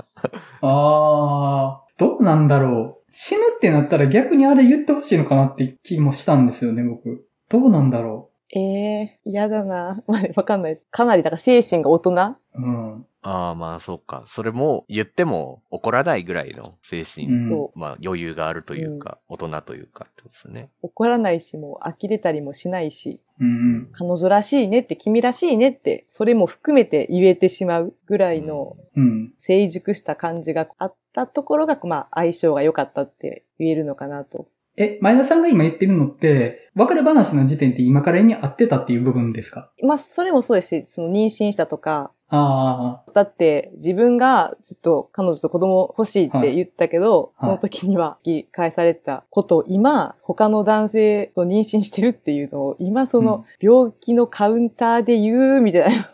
[SPEAKER 1] あー、どうなんだろう。死ぬってなったら逆にあれ言ってほしいのかなって気もしたんですよね、僕。どうなんだろ
[SPEAKER 3] ええー、嫌だな。まあ、わかんない。かなり、だから精神が大人
[SPEAKER 1] う。うん。
[SPEAKER 4] ああ、まあそうか。それも言っても怒らないぐらいの精神、
[SPEAKER 1] うん
[SPEAKER 3] そ
[SPEAKER 4] まあ余裕があるというか、大人というかってことですね。
[SPEAKER 3] 怒らないし、もう呆れたりもしないし、
[SPEAKER 1] うん
[SPEAKER 3] 彼女らしいねって、君らしいねって、それも含めて言えてしまうぐらいの
[SPEAKER 1] うん。うん。
[SPEAKER 3] 成熟した感じがあったところが、まあ、相性が良かったって言えるのかなと。
[SPEAKER 1] え、前田さんが今言ってるのって、別れ話の時点って今から絵に合ってたっていう部分ですか
[SPEAKER 3] まあ、それもそうですし、その妊娠したとか、
[SPEAKER 1] あ
[SPEAKER 3] だって自分がちょっと彼女と子供欲しいって言ったけど、
[SPEAKER 1] はいはい
[SPEAKER 3] その時には引き返されてたことを今、他の男性と妊娠してるっていうのを今その病気のカウンターで言うみたいな、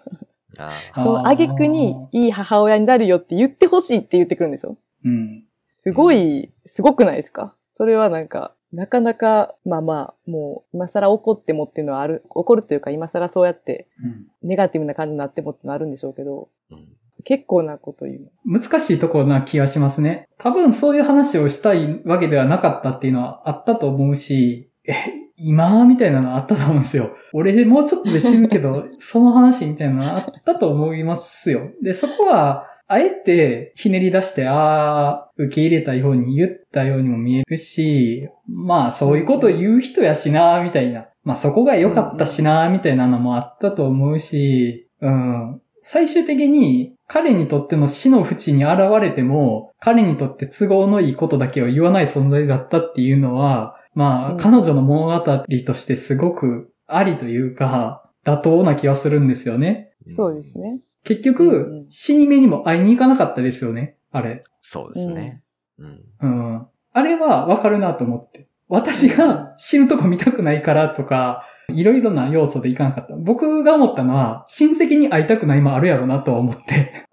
[SPEAKER 4] あ
[SPEAKER 1] あ。
[SPEAKER 3] その挙句にいい母親になるよって言ってほしいって言ってくるんですよ。
[SPEAKER 1] うん。
[SPEAKER 3] すごい、すごくないですかそれはなんか、なかなか、まあまあ、もう今更怒ってもっていうのはある、怒るというか今更そうやって
[SPEAKER 1] うん。
[SPEAKER 3] ネガティブな感じになってもっていうのはあるんでしょうけど、
[SPEAKER 4] あ。うん
[SPEAKER 3] 結構なこと言う。
[SPEAKER 1] 難しいところな気がしますね。多分そういう話をしたいわけではなかったっていうのはあったと思うし、え、今みたいなのあったと思うんですよ。俺もうちょっとで死ぬけど、その話みたいなのあったと思いますよ。で、そこは、あえてひねり出して、ああ、受け入れたように言ったようにも見えるし、まあそういうこと言う人やしな、みたいな。まあそこが良かったしな、みたいなのもあったと思うし、うん。最終的に彼にとっての死の淵に現れても、彼にとって都合のいいことだけを言わない存在だったっていうのは、まあ、
[SPEAKER 3] うん
[SPEAKER 1] 彼女の物語としてすごくありというか、妥当な気はするんですよね。
[SPEAKER 3] そうです。ね。
[SPEAKER 1] 結
[SPEAKER 3] うんう
[SPEAKER 1] 局
[SPEAKER 3] ん、
[SPEAKER 1] 死に目にも会いに行かなかったですよね、あれ。
[SPEAKER 4] そうですね。うん。
[SPEAKER 1] うん。あれはわかるなと思って。私が死ぬとこ見たくないからとか、いろいろな要素でいかなかった。僕が思ったのは、親戚に会いたくないもあるやろなとは思って。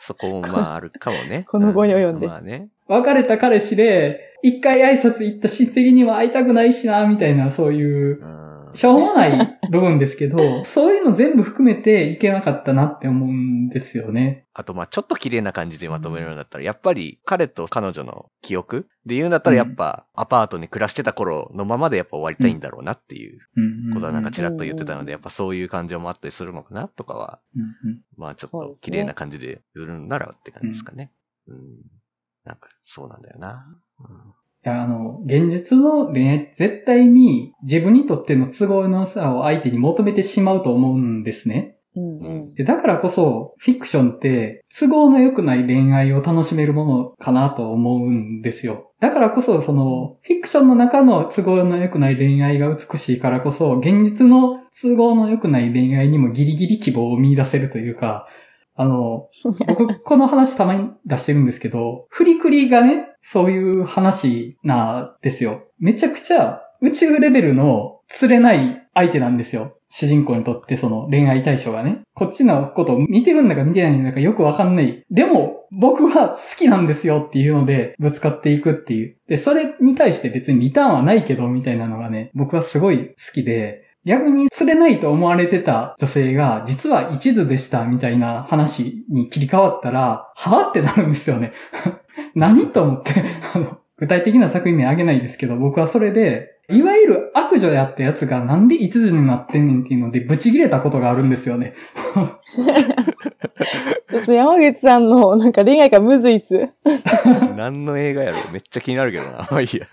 [SPEAKER 4] そこもまああるかもね。
[SPEAKER 3] この後に及んで
[SPEAKER 4] うまあね。
[SPEAKER 1] 別れた彼氏で、一回挨拶行った親戚には会いたくないしな、みたいな、そういう
[SPEAKER 4] う、ん。
[SPEAKER 1] しょうもない部分ですけど、 そういうの全部含めていけなかったなって思うんですよね。
[SPEAKER 4] あと、まあ、ちょっと綺麗な感じでまとめるんだったら、やっぱり彼と彼女の記憶で言うんだったら、やっぱアパートに暮らしてた頃のままでやっぱ終わりたいんだろうなっていう
[SPEAKER 1] うん
[SPEAKER 4] ことはなんかちらっと言ってた
[SPEAKER 3] うんう
[SPEAKER 4] の
[SPEAKER 3] ん
[SPEAKER 4] で、やっぱそういう感情もあったりするのかなとかは、
[SPEAKER 1] うんうん
[SPEAKER 4] まあちょっ
[SPEAKER 3] そうです
[SPEAKER 4] と
[SPEAKER 3] ね
[SPEAKER 4] 綺麗な感じでするんならって感じですかね。うん。なんかそうなんだよ な。うん
[SPEAKER 1] いや、あの、現実の恋愛、絶対に自分にとっての都合のさを相手に求めてしまうと思うんですね。
[SPEAKER 3] うん
[SPEAKER 4] う
[SPEAKER 3] うんん。
[SPEAKER 1] でだからこそ、フィクションって都合の良くない恋愛を楽しめるものかなと思うんですよ。だからこそ、その、フィクションの中の都合の良くない恋愛が美しいからこそ、現実の都合の良くない恋愛にもギリギリ希望を見出せるというか、あの、 僕、この話たまに出してるんですけど、フリクリがね、そういう話なんですよ。めちゃくちゃ宇宙レベルの釣れない相手なんですよ。主人公にとってその恋愛対象がね。こっちのことを見てるんだか見てないんだかよくわかんない。でも、僕は好きなんですよっていうので、ぶつかっていくっていう。で、それに対して別にリターンはないけど、みたいなのがね、僕はすごい好きで、逆に釣れないと思われてた女性が、実は一途でしたみたいな話に切り替わったら、はぁってなるんですよね。 何と思って、あの、具体的な作品名あげないですけど、僕はそれで、いわゆる悪女やったやつがなんで一途になってんねんっていうので、ブチ切れたことがあるんですよね。
[SPEAKER 3] ちょっと山口さんのなんか恋愛がむずいっす。
[SPEAKER 4] 何の映画やろめっちゃ気になるけどな。 まあいいや。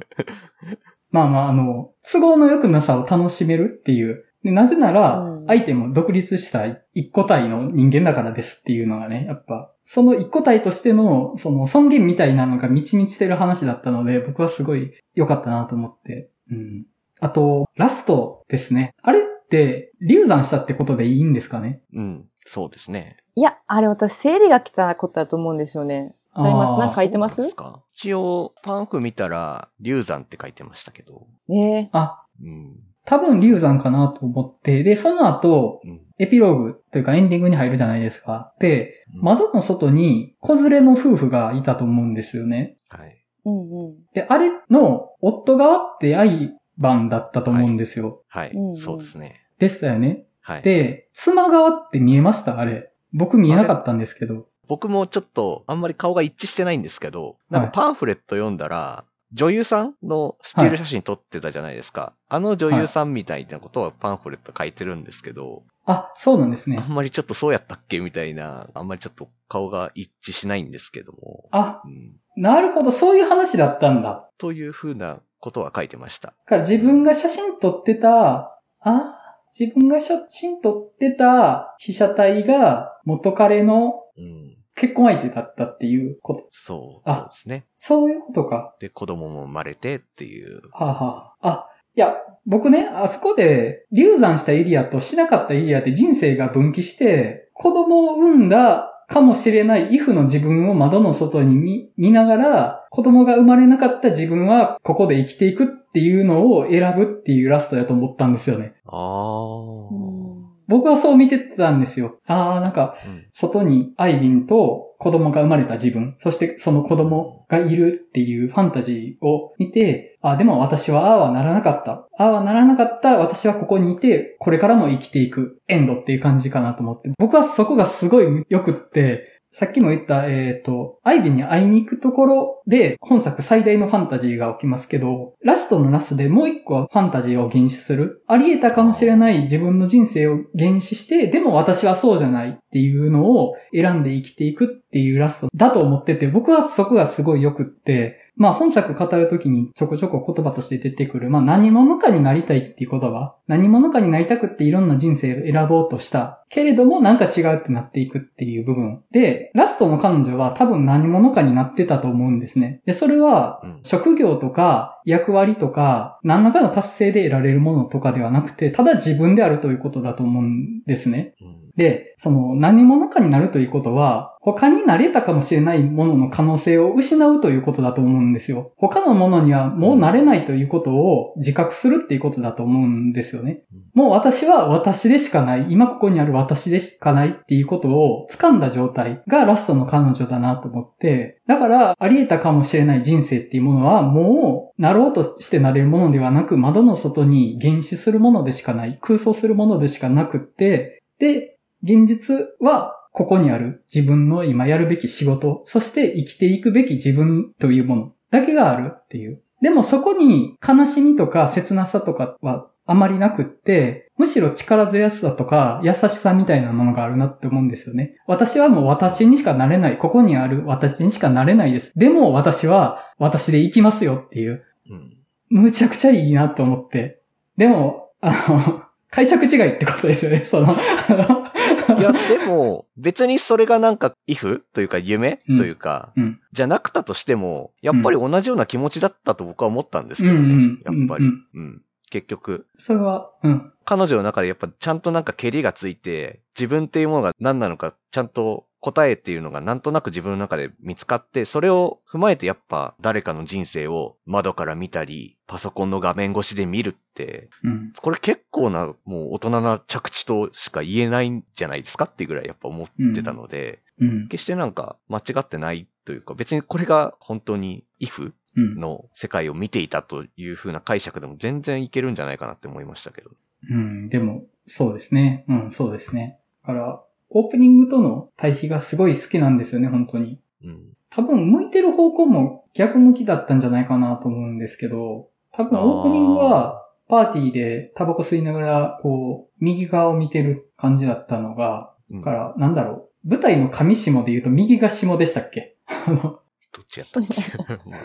[SPEAKER 1] まあまあ、あの、都合の良くなさを楽しめるっていう。でなぜなら
[SPEAKER 3] うん、
[SPEAKER 1] 相手も独立した一個体の人間だからですっていうのがね、やっぱ、その一個体としての、その尊厳みたいなのが満ち満ちてる話だったので、僕はすごい良かったなと思って。うん。あと、ラストですね。あれって、流産したってことでいいんですかね
[SPEAKER 4] うん。そうですね。
[SPEAKER 3] いや、あれ私、生理が来たことだと思うんですよね。ちゃいます。なんか書いてま
[SPEAKER 4] そうなんですすか一応、パンフ見たら、流産って書いてましたけど。
[SPEAKER 3] ねえ。
[SPEAKER 1] あ、
[SPEAKER 4] うん。
[SPEAKER 1] 多分流産かなと思って、で、その後、
[SPEAKER 4] うん。
[SPEAKER 1] エピローグというかエンディングに入るじゃないですか。で、
[SPEAKER 4] うん、
[SPEAKER 1] 窓の外に子連れの夫婦がいたと思うんですよね。
[SPEAKER 4] はい。
[SPEAKER 3] うんうん。
[SPEAKER 1] で、あれの夫側って愛番だったと思うんですよ。
[SPEAKER 4] はい、
[SPEAKER 3] うんうん
[SPEAKER 4] そうですね。
[SPEAKER 1] でしたよね。
[SPEAKER 4] はい。
[SPEAKER 1] で、妻側って見えましたあれ。僕見えなかったんですけど。
[SPEAKER 4] 僕もちょっと、あんまり顔が一致してないんですけど、なん
[SPEAKER 1] は
[SPEAKER 4] か
[SPEAKER 1] い
[SPEAKER 4] パンフレット読んだら、女優さんのスチール写真撮ってたじゃないですか。あの女優さんみたいなことはパンフレット書いてるんですけど、
[SPEAKER 1] あ、そうなんですね
[SPEAKER 4] あ。んまりちょっとそうやったっけみたいな、あんまりちょっと顔が一致しないんですけども。
[SPEAKER 1] あ、
[SPEAKER 4] うん、
[SPEAKER 1] なるほど、そういう話だったんだ。
[SPEAKER 4] というふうなことは書いてました。
[SPEAKER 1] だから自分が写真撮ってた、あ自分が写真撮ってた被写体が元彼の
[SPEAKER 4] うん。
[SPEAKER 1] 結婚相手だったっていうこと。
[SPEAKER 4] そう。そう
[SPEAKER 1] あ
[SPEAKER 4] ですね。
[SPEAKER 1] そういうことか。
[SPEAKER 4] で、子供も生まれてっていう。
[SPEAKER 1] はあ、はあ、あ、いや、僕ね、あそこで、流産したエリアとしなかったエリアって人生が分岐して、子供を産んだかもしれないイフの自分を窓の外に見見ながら、子供が生まれなかった自分はここで生きていくっていうのを選ぶっていうラストやと思ったんですよね。
[SPEAKER 4] ああ。うん。
[SPEAKER 1] 僕はそう見てたんですよ。ああ、なんか、外にアイビンと子供が生まれた自分、そしてその子供がいるっていうファンタジーを見て、あ、でも私はああはならなかった。ああはならなかった。私はここにいて、これからも生きていく。エンドっていう感じかなと思って。僕はそこがすごい良くって、さっきも言った、えっ、と、アイビンに会いに行くところで、本作最大のファンタジーが起きますけど、ラストのラストでもう一個はファンタジーを原始する。あり得たかもしれない自分の人生を原始して、でも私はそうじゃないっていうのを選んで生きていくっていうラストだと思ってて、僕はそこがすごい良くって、まあ本作語るときにちょこちょこ言葉として出てくる、まあ何者かになりたいっていう言葉、何者かになりたくっていろんな人生を選ぼうとした、けれどもなんか違うってなっていくっていう部分。で、ラストの彼女は多分何者かになってたと思うんですね。で、それは
[SPEAKER 4] うん
[SPEAKER 1] 職業とか役割とか何らかの達成で得られるものとかではなくて、ただ自分であるということだと思うんですね。
[SPEAKER 4] うん。
[SPEAKER 1] で、その何者かになるということは、他になれたかもしれないものの可能性を失うということだと思うんですよ。他のものにはもうなれないということを自覚するっていうことだと思うんですよね
[SPEAKER 4] うん。
[SPEAKER 1] もう私は私でしかない、今ここにある私でしかないっていうことを掴んだ状態がラストの彼女だなと思って、だからあり得たかもしれない人生っていうものはもうなろうとしてなれるものではなく、窓の外に原始するものでしかない、空想するものでしかなくって、で、現実はここにある自分の今やるべき仕事、そして生きていくべき自分というものだけがあるっていう。でもそこに悲しみとか切なさとかはあまりなくって、むしろ力強さとか優しさみたいなものがあるなって思うんですよね。私はもう私にしかなれない。ここにある私にしかなれないです。でも私は私で生きますよっていう。
[SPEAKER 4] うん。
[SPEAKER 1] むちゃくちゃいいなと思って。でも、あの、解釈違いってことですよね、その。あの
[SPEAKER 4] いや、でも、別にそれがなんか、イフというか、夢と
[SPEAKER 1] うん
[SPEAKER 4] いうか、
[SPEAKER 1] うん
[SPEAKER 4] じゃなくたとしても、やっぱり同じような気持ちだったと僕は思ったんですけどね。
[SPEAKER 1] うんうん
[SPEAKER 4] やっぱり、
[SPEAKER 1] う
[SPEAKER 4] うんん結局、
[SPEAKER 1] それは、うん。
[SPEAKER 4] 彼女の中でやっぱちゃんとなんか蹴りがついて、自分っていうものが何なのかちゃんと答えっていうのがなんとなく自分の中で見つかって、それを踏まえてやっぱ誰かの人生を窓から見たり、パソコンの画面越しで見るって、
[SPEAKER 1] うん。
[SPEAKER 4] これ結構な、もう大人な着地としか言えないんじゃないですかっていうぐらいやっぱ思ってたので、
[SPEAKER 1] うん。
[SPEAKER 4] 決してなんか間違ってないというか、別にこれが本当に if
[SPEAKER 1] うん。
[SPEAKER 4] の世界を見ていたという風な解釈でも全然いけるんじゃないかなって思いましたけど。
[SPEAKER 1] うん。でも、そうですね。うん、そうですね。だから、オープニングとの対比がすごい好きなんですよね、本当に。
[SPEAKER 4] うん。
[SPEAKER 1] 多分向いてる方向も逆向きだったんじゃないかなと思うんですけど、多分オープニングはパーティーでタバコ吸いながらこう右側を見てる感じだったのが、
[SPEAKER 4] うん
[SPEAKER 1] だからなんだろう、舞台の上下で言うと右が下でしたっけあの、
[SPEAKER 4] どっちやったっ けも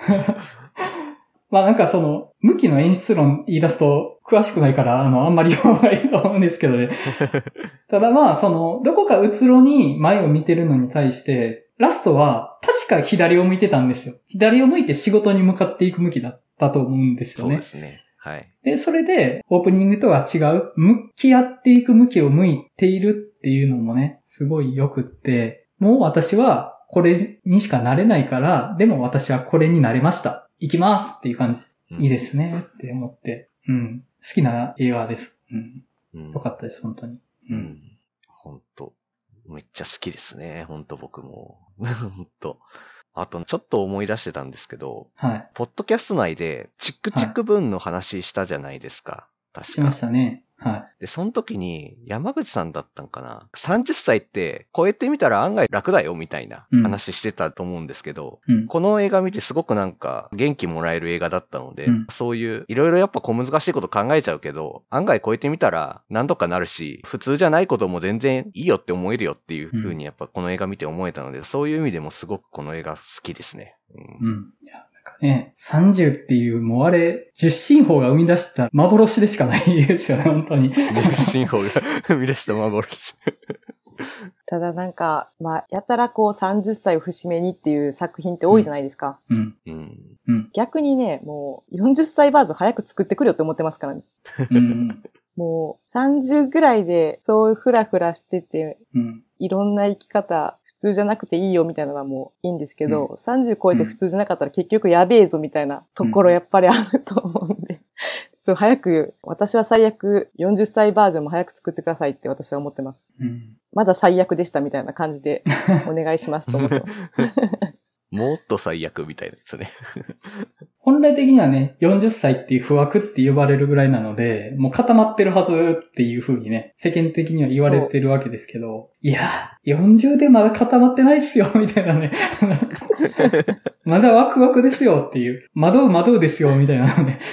[SPEAKER 1] まあなんかその、向きの演出論言い出すと詳しくないから、あの、あんまり言わないと思うんですけ どね。ただまあその、どこかうつろに前を見てるのに対して、ラストは確か左を向いてたんですよ。左を向いて仕事に向かっていく向きだったと思うんですよ
[SPEAKER 4] うそう
[SPEAKER 1] ね
[SPEAKER 4] で。すね。はい。
[SPEAKER 1] で、それで、オープニングとは違う、向き合っていく向きを向いているっていうのもね、すごい良くって、もう私はこれにしかなれないから、でも私はこれになれました。行きますっていう感じ。
[SPEAKER 4] うん
[SPEAKER 1] いいで。すねって思って、うん。好きな映画です。うん。
[SPEAKER 4] うん
[SPEAKER 1] よかったです、本当に。う。
[SPEAKER 4] うんん。ほんと。めっちゃ好きですね。ほんと僕も。 ほんと。あと、ちょっと思い出してたんですけど、
[SPEAKER 1] はい。
[SPEAKER 4] ポッドキャスト内で、チックチック分の話したじゃないですか。
[SPEAKER 1] し
[SPEAKER 4] 確
[SPEAKER 1] ま
[SPEAKER 4] か
[SPEAKER 1] し。たね。は
[SPEAKER 4] で、その時に、山口さんだったんかな。30歳って、超えてみたら案外楽だよ、みたいな
[SPEAKER 1] うん
[SPEAKER 4] 話してたと思うんですけど、
[SPEAKER 1] い。うん。
[SPEAKER 4] この映画見てすごくなんか元気もらえる映画だったので、
[SPEAKER 1] うん
[SPEAKER 4] そういういろいろやっぱ小難しいこと考えちゃうけど、案外超えてみたら何とかなるし、普通じゃないことも全然いいよって思えるよっていう風にやっぱこの映画見て思えたので、そういう意味でもすごくこの映画好きですね。 うん
[SPEAKER 1] うん。いや、なんかね、30っていう、もうあれ、十進法が生み出した幻でしかないですよね、本当に。
[SPEAKER 4] 新法が生み出した幻。
[SPEAKER 3] ただなんか、まあ、やたらこう30歳を節目にっていう作品って多いじゃないですか。
[SPEAKER 1] うん。
[SPEAKER 4] うん。
[SPEAKER 3] 逆にね、もう40歳バージョン早く作ってくるよって思ってますからね。
[SPEAKER 1] うん。
[SPEAKER 3] もう30ぐらいでそういうふらふらしてて、
[SPEAKER 1] うん。
[SPEAKER 3] いろんな生き方、普通じゃなくていいよみたいなのはもういいんですけど、30超えて普通じゃなかったら結局やべえぞみたいなところやっぱりあると思うんで、 そう早く、私は最悪40歳バージョンも早く作ってくださいって私は思ってます。
[SPEAKER 1] うん。
[SPEAKER 3] まだ最悪でしたみたいな感 じでお願いしますと思ってます。
[SPEAKER 4] もっと最悪みたいですね。
[SPEAKER 1] 本来的にはね、40歳っていう不惑って呼ばれるぐらいなので、もう固まってるはずっていう風にね、世間的には言われてるわけですけど、いや、40でまだ固まってないっすよ、みたいなね。まだワクワクですよっていう、惑う惑うですよ、みたいなね。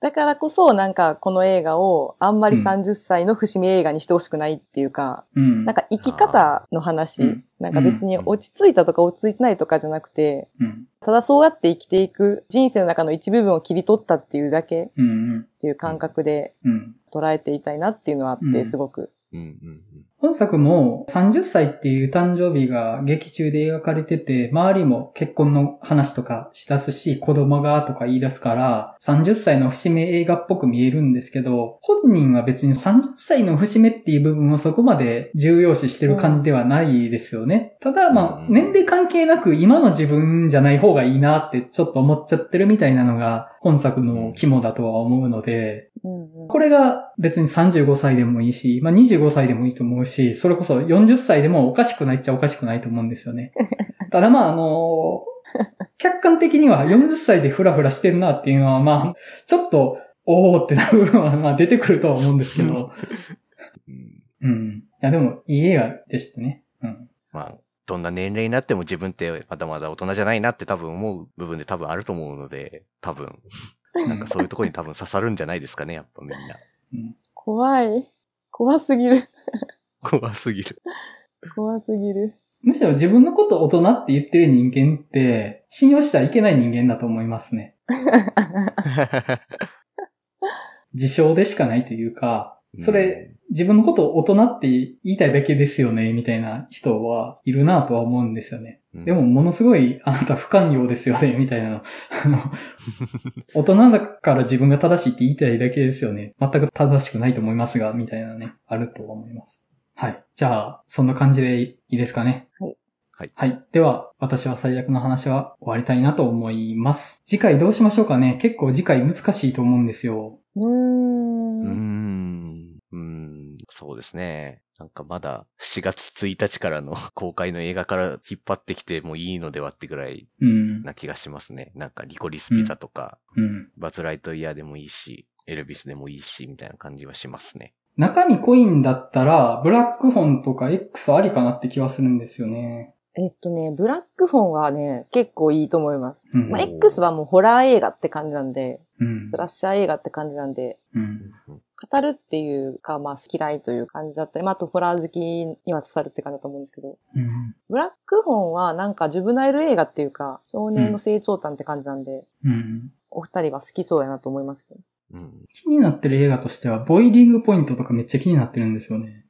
[SPEAKER 3] だからこそなんかこの映画をあんまり
[SPEAKER 1] うん
[SPEAKER 3] 30歳の節目映画にしてほしくないっていうか、
[SPEAKER 1] うん。
[SPEAKER 3] なんか生き方の話、
[SPEAKER 1] うん
[SPEAKER 3] なんか別に落ち着いたとか落ち着いてないとかじゃなくて、
[SPEAKER 1] うん。
[SPEAKER 3] ただそうやって生きていく人生の中の一部分を切り取ったっていうだけっ
[SPEAKER 1] うん。うん。
[SPEAKER 3] ていう感覚で
[SPEAKER 1] うん。
[SPEAKER 3] 捉えていたいなっていうのはあっ
[SPEAKER 1] う
[SPEAKER 3] て、
[SPEAKER 1] ん
[SPEAKER 3] すごく。
[SPEAKER 4] うんうん
[SPEAKER 1] 本作も30歳っていう誕生日が劇中で描かれてて、周りも結婚の話とかしだすし、子供がとか言い出すから、30歳の節目映画っぽく見えるんですけど、本人は別に30歳の節目っていう部分をそこまで重要視してる感じではないですよね。ただまあ、
[SPEAKER 4] うん
[SPEAKER 1] 年齢関係なく今の自分じゃない方がいいなってちょっと思っちゃってるみたいなのが本作の肝だとは思うので、
[SPEAKER 3] うんうん
[SPEAKER 1] これが別に35歳でもいいし、まあ、25歳でもいいと思うし、それこそ40歳でもおかしくないっちゃおかしくないと思うんですよ ね。ただまあ、あの客観的には40歳でフラフラしてるなっていうのは、まあ、ちょっと、おーってなる部分はまあ出てくるとは思うんですけど、
[SPEAKER 4] うん。
[SPEAKER 1] うん。いや、でも、いい映画でしたね。うん。
[SPEAKER 4] まあ、どんな年齢になっても自分ってまだまだ大人じゃないなって多分思う部分で多分あると思うので、多分、なんかそういうところに多分刺さるんじゃないですかね、やっぱみんな。
[SPEAKER 1] うん
[SPEAKER 3] 怖い。怖すぎる。
[SPEAKER 4] 怖すぎる。
[SPEAKER 3] 怖すぎる。
[SPEAKER 1] むしろ自分のこと大人って言ってる人間って、信用してはいけない人間だと思いますね。自称でしかないというか、 それ、自分のことを大人って言いたいだけですよね、みたいな人はいるなとは思うんですよね。
[SPEAKER 4] うん、
[SPEAKER 1] でも、ものすごい、あなた不寛容ですよね、 みたいな。あの、 大人だから自分が正しいって言いたいだけですよね。全く正しくないと思いますが、みたいなね、あるとは思います。はい。じゃあ、そんな感じでいいですかね。
[SPEAKER 3] はい
[SPEAKER 4] はい
[SPEAKER 1] はい。では、私は最悪の話は終わりたいなと思います。次回どうしましょうかね結構次回難しいと思うんですよ。
[SPEAKER 3] うー
[SPEAKER 4] うー
[SPEAKER 3] ん。
[SPEAKER 4] ん。うーん。そうですね。なんかまだ4月1日からの公開の映画から引っ張ってきてもいいのではってぐらい
[SPEAKER 1] うん。
[SPEAKER 4] な気がしますね。なんかリコリスピザとか、
[SPEAKER 1] うん。
[SPEAKER 4] バズライトイヤーでもいいし、エルビスでもいいし、みたいな感じはしますね。
[SPEAKER 1] 中身コインだったら、ブラックフォンとか X ありかなって気はするんですよね。
[SPEAKER 3] えっとね、ブラックフォンはね、結構いいと思います。
[SPEAKER 1] うん。
[SPEAKER 3] まあ、
[SPEAKER 4] はい
[SPEAKER 3] X はもうホラー映画って感じなんで、
[SPEAKER 1] うん
[SPEAKER 3] ス。ラッシャー映画って感じなんで、
[SPEAKER 1] うん。
[SPEAKER 3] 語るっていうか、まあ、好き嫌いという感じだったり、まあ、あとホラー好きには刺さるって感じだと思うんですけど、
[SPEAKER 1] うん。
[SPEAKER 3] ブラックフォンはなんかジュブナイル映画っていうか、少年の成長譚って感じなんで、
[SPEAKER 1] うん。
[SPEAKER 3] お二人は好きそうやなと思いますけど。
[SPEAKER 4] うん。
[SPEAKER 1] 気になってる映画としては、ボイリングポイントとかめっちゃ気になってるんですよね。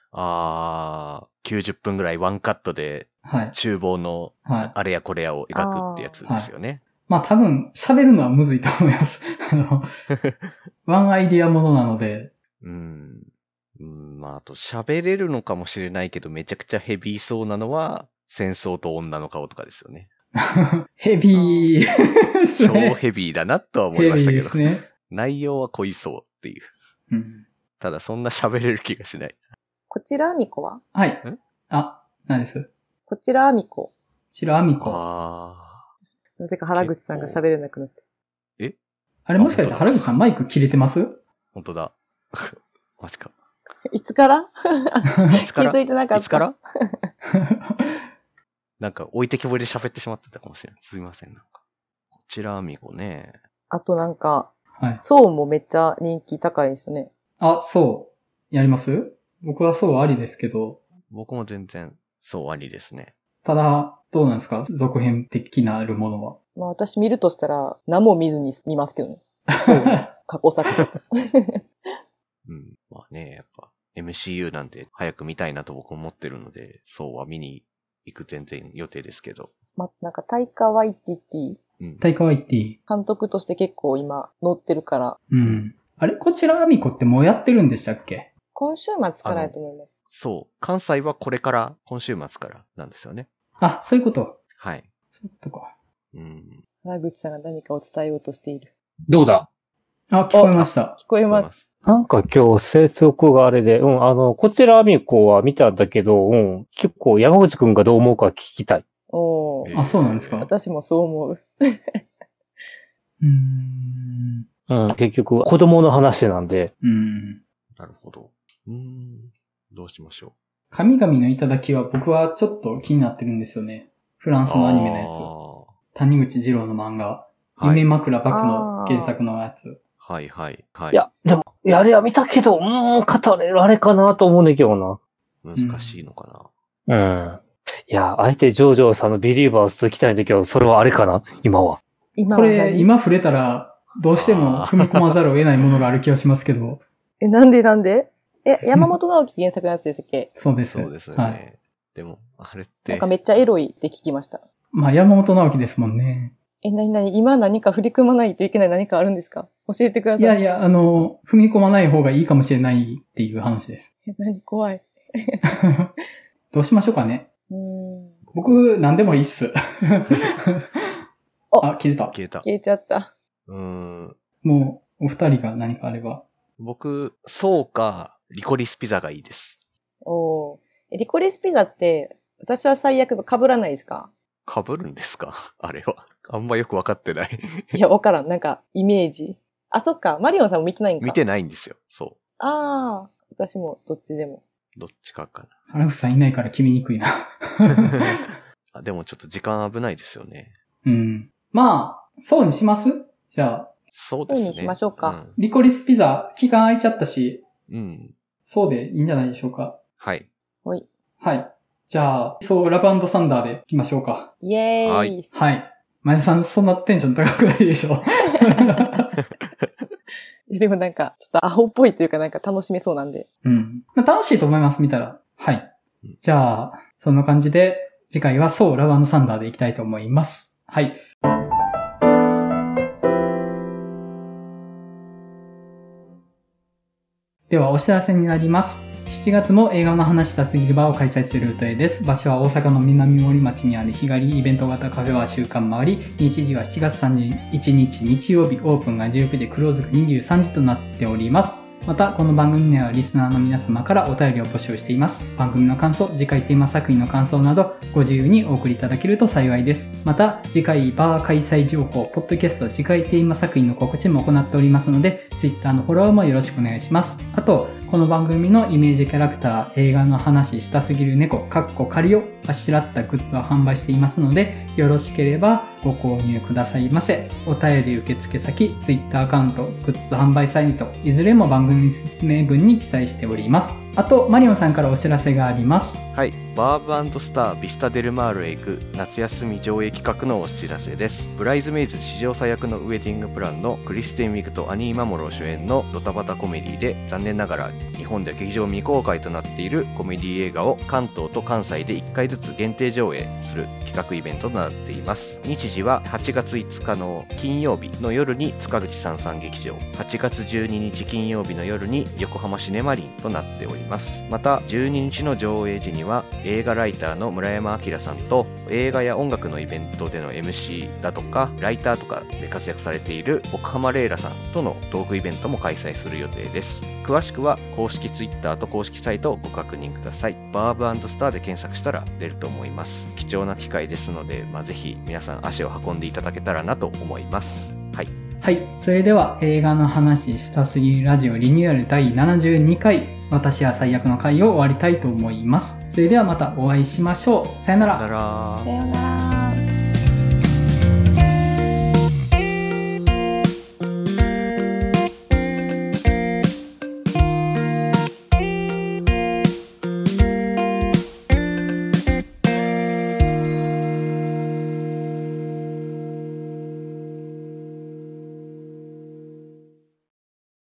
[SPEAKER 4] あー、90分ぐらいワンカットで
[SPEAKER 1] はい。
[SPEAKER 4] 厨房の
[SPEAKER 1] はい。
[SPEAKER 4] あれやこれやを描くってやつですよね。
[SPEAKER 1] まあ多分、喋るのはむずいと思います。 あ の、ワンアイディアものなので、
[SPEAKER 4] うん。うん、まあ、あと喋れるのかもしれないけど、めちゃくちゃヘビーそうなのは、戦争と女の顔とかです よね。
[SPEAKER 1] ヘビーです
[SPEAKER 4] 超
[SPEAKER 1] ね。
[SPEAKER 4] ヘビーだなとは思い
[SPEAKER 1] ヘ
[SPEAKER 4] ま
[SPEAKER 1] ビ
[SPEAKER 4] し
[SPEAKER 1] ー
[SPEAKER 4] たけ
[SPEAKER 1] で
[SPEAKER 4] ど
[SPEAKER 1] す、ね。
[SPEAKER 4] 内容は濃いそうっていう。
[SPEAKER 1] うん、
[SPEAKER 4] ただそんな喋れる気がしない。
[SPEAKER 3] こちらアミコは
[SPEAKER 1] はい。あ、何ですこ
[SPEAKER 3] こちらアミコ。
[SPEAKER 1] ちらアミコ。あ
[SPEAKER 4] あ
[SPEAKER 3] なぜか原口さんが喋れなくなって。
[SPEAKER 1] れもしかして原口さんマイク切れてます
[SPEAKER 4] ー、本当だ。 マジか。
[SPEAKER 3] いつから
[SPEAKER 4] いつ
[SPEAKER 3] 気
[SPEAKER 4] から
[SPEAKER 3] づいてなかった。
[SPEAKER 4] いつから なんか置いてきぼりで喋ってしまってたかもしれない。すみません、なんか。こちらアミコね。
[SPEAKER 3] あとなんか、
[SPEAKER 1] はい。
[SPEAKER 3] そうもめっちゃ人気高いですよね。
[SPEAKER 1] あ、そう。やります僕はそうありですけど、
[SPEAKER 4] 僕も全然、そうありですね。
[SPEAKER 1] ただ、どうなんですか続編的なるものは。
[SPEAKER 3] まあ私見るとしたら、何も見ずに見ますけ どね。そうね過去作。
[SPEAKER 4] うん。まあね、やっぱ、MCU なんて早く見たいなと僕思ってるので、そうは見に行く全然予定ですけど。
[SPEAKER 3] まあなんか、タイカワイティティ
[SPEAKER 4] うん。
[SPEAKER 1] 大会は言っていい
[SPEAKER 3] 監督として結構今乗ってるから、
[SPEAKER 1] うん。あれこちらアミコってもうやってるんでしたっけ
[SPEAKER 3] 今週末からやと思います。
[SPEAKER 4] そう。関西はこれから、今週末からなんですよね。
[SPEAKER 1] あ、そういうこと。
[SPEAKER 4] はい。
[SPEAKER 1] そういうことか。
[SPEAKER 4] うん。
[SPEAKER 3] 原口さんが何かを伝えようとしている。
[SPEAKER 2] どうだ
[SPEAKER 1] あ、聞こえました。
[SPEAKER 3] 聞こえ
[SPEAKER 4] 思い
[SPEAKER 3] ます。
[SPEAKER 4] ます。
[SPEAKER 2] なんか今日、接続があれで、うん、あの、こちらアミコは見たんだけど、うん、結構山口くんがどう思うか聞きたい。
[SPEAKER 3] おー
[SPEAKER 4] え
[SPEAKER 1] あ、そうなんですかう
[SPEAKER 3] 私もそう思う。
[SPEAKER 1] ーん。
[SPEAKER 2] うん、結局、子供の話なんで。
[SPEAKER 1] うん。
[SPEAKER 4] なるほど。うん。どうしましょ
[SPEAKER 1] 神々の頂きは僕はちょっと気になってるんですよね。フラ
[SPEAKER 4] う。
[SPEAKER 1] ンスのアニメのやつ。谷口二郎の漫画。夢
[SPEAKER 4] やつ。
[SPEAKER 1] 枕幕の原作のやつ。
[SPEAKER 4] はい、はい、はい。
[SPEAKER 2] いや、でも、いやあれは見たけど、うーん、語れるあれかなと思うねんけど
[SPEAKER 4] 難しいのか
[SPEAKER 2] な。うん。いや、あえてジョージョーさんのビリーバーズと行きたいんだけど、それはあれかな今は。
[SPEAKER 3] 今
[SPEAKER 1] こ
[SPEAKER 3] は
[SPEAKER 1] れ、
[SPEAKER 3] 何
[SPEAKER 1] 今触れたら、どうしても踏み込まざるを得ないものがある気がしますけど、
[SPEAKER 3] え、なんでなんでえ、山本直樹原作のやつでしたっ け
[SPEAKER 1] そうで
[SPEAKER 4] な。
[SPEAKER 1] す。
[SPEAKER 4] そうですよね。
[SPEAKER 1] はい。
[SPEAKER 4] でも、あれっ
[SPEAKER 3] なん
[SPEAKER 4] て
[SPEAKER 3] か、めっちゃエロいって聞きました。
[SPEAKER 1] まあ、山本直樹ですもんね。
[SPEAKER 3] え、なになに今何か振り組まないといけない何かあるんですか教えてください。
[SPEAKER 1] いやいや、あの、踏み込まない方がいいかもしれないっていう話です。
[SPEAKER 3] え。 何怖い。
[SPEAKER 1] どうしましょうかね。
[SPEAKER 3] うーん。
[SPEAKER 1] 僕、何でもいいっ す。
[SPEAKER 3] お
[SPEAKER 1] あ、切れた。
[SPEAKER 4] 消えた。
[SPEAKER 3] 消えちゃった。
[SPEAKER 4] うーん。
[SPEAKER 1] もう、お二人が何かあれば。
[SPEAKER 4] 僕、そうか、リコリスピザがいいです。
[SPEAKER 3] おーえ、リコリスピザって、私は最悪被らないですか
[SPEAKER 4] 被るんですか あれは。あんまよくわかってない。
[SPEAKER 3] いや、わからん。なんか、イメージ。あ、そっか。マリオンさんも見てないんか。
[SPEAKER 4] 見てないんですよ。そ
[SPEAKER 3] ああ、私もどっちでも。
[SPEAKER 4] う。どっちかか
[SPEAKER 1] 原口さんいないから決めにくいな。
[SPEAKER 4] な。あでもちょっと時間危ないですよね。
[SPEAKER 1] うん。まあ、そうにしますじゃあ、
[SPEAKER 4] そうですね。
[SPEAKER 3] そうにしましょうか
[SPEAKER 1] リコリスピザ、期間空いちゃったし、
[SPEAKER 4] うん。うん。
[SPEAKER 1] そうでいいんじゃないでしょうか。
[SPEAKER 4] はい。
[SPEAKER 3] ほい。
[SPEAKER 1] はい。じゃあ、そう、ラブサンダーで行きましょうか。
[SPEAKER 3] イエーイ。
[SPEAKER 4] はい
[SPEAKER 1] はい。前田さん、そんなテンション高くないでしょ
[SPEAKER 3] でもなんか、ちょっとアホっぽいというかなんか楽しめそうなんで。
[SPEAKER 1] うん。まあ楽しいと思います、見たら。はい
[SPEAKER 4] うん。
[SPEAKER 1] じゃあ、そんな感じで、次回はそう、ラブサンダーで行きたいと思います。はい。では、お知らせになります。 7月も映画の話したすぎるバーを開催する予定です。場所は大阪の南森町にある日帰りイベント型カフェは週間回り、日時は7月31日日曜日、オープンが19時、クローズが23時となっております。また、この番組ではリスナーの皆様からお便りを募集しています。番組の感想、次回テーマ作品の感想など、ご自由にお送りいただけると幸いです。また、次回バー開催情報、ポッドキャスト、次回テーマ作品の告知も行っておりますので、Twitter のフォローもよろしくお願いします。あと、この番組のイメージキャラクター、映画の話したすぎる猫、カッコ仮をあしらったグッズを販売していますので、よろしければご購入くださいませ。お便り受付先、Twitter アカウント、グッズ販売サイト、いずれも番組説明文に記載しております。あと、マリオンさんからお知らせがあります。
[SPEAKER 4] はい、バーブスタービスタデルマールへ行く夏休み上映企画のお知らせですブライズメイズ史上最悪のウェディングプランのクリスティン・ウィグとアニー・マモロ主演のドタバタコメディで残念ながら日本では劇場未公開となっているコメディ映画を関東と関西で1回ずつ限定上映する企画イベントとなっています日時は8月5日の金曜日の夜に塚口さんさん劇場8月12日金曜日の夜に横浜シネマリンとなっておりますまた12日の上映時には映画ライターの村山明さんと映画や音楽のイベントでの MC だとかライターとかで活躍されている奥浜レイラさんとのトークイベントも開催する予定です詳しくは公式 Twitter と公式サイトをご確認くださいバーブスターで検索したら出ると思います貴重な機会ですので、まあ、ぜひ皆さん足を運んでいただけたらなと思いますはい
[SPEAKER 1] はい。それでは映画の話したすぎるラジオリニューアル第72回、私は最悪の回を終わりたいと思います。それではまたお会いしましょう。さよなら
[SPEAKER 4] さよ。なら
[SPEAKER 3] さようなら。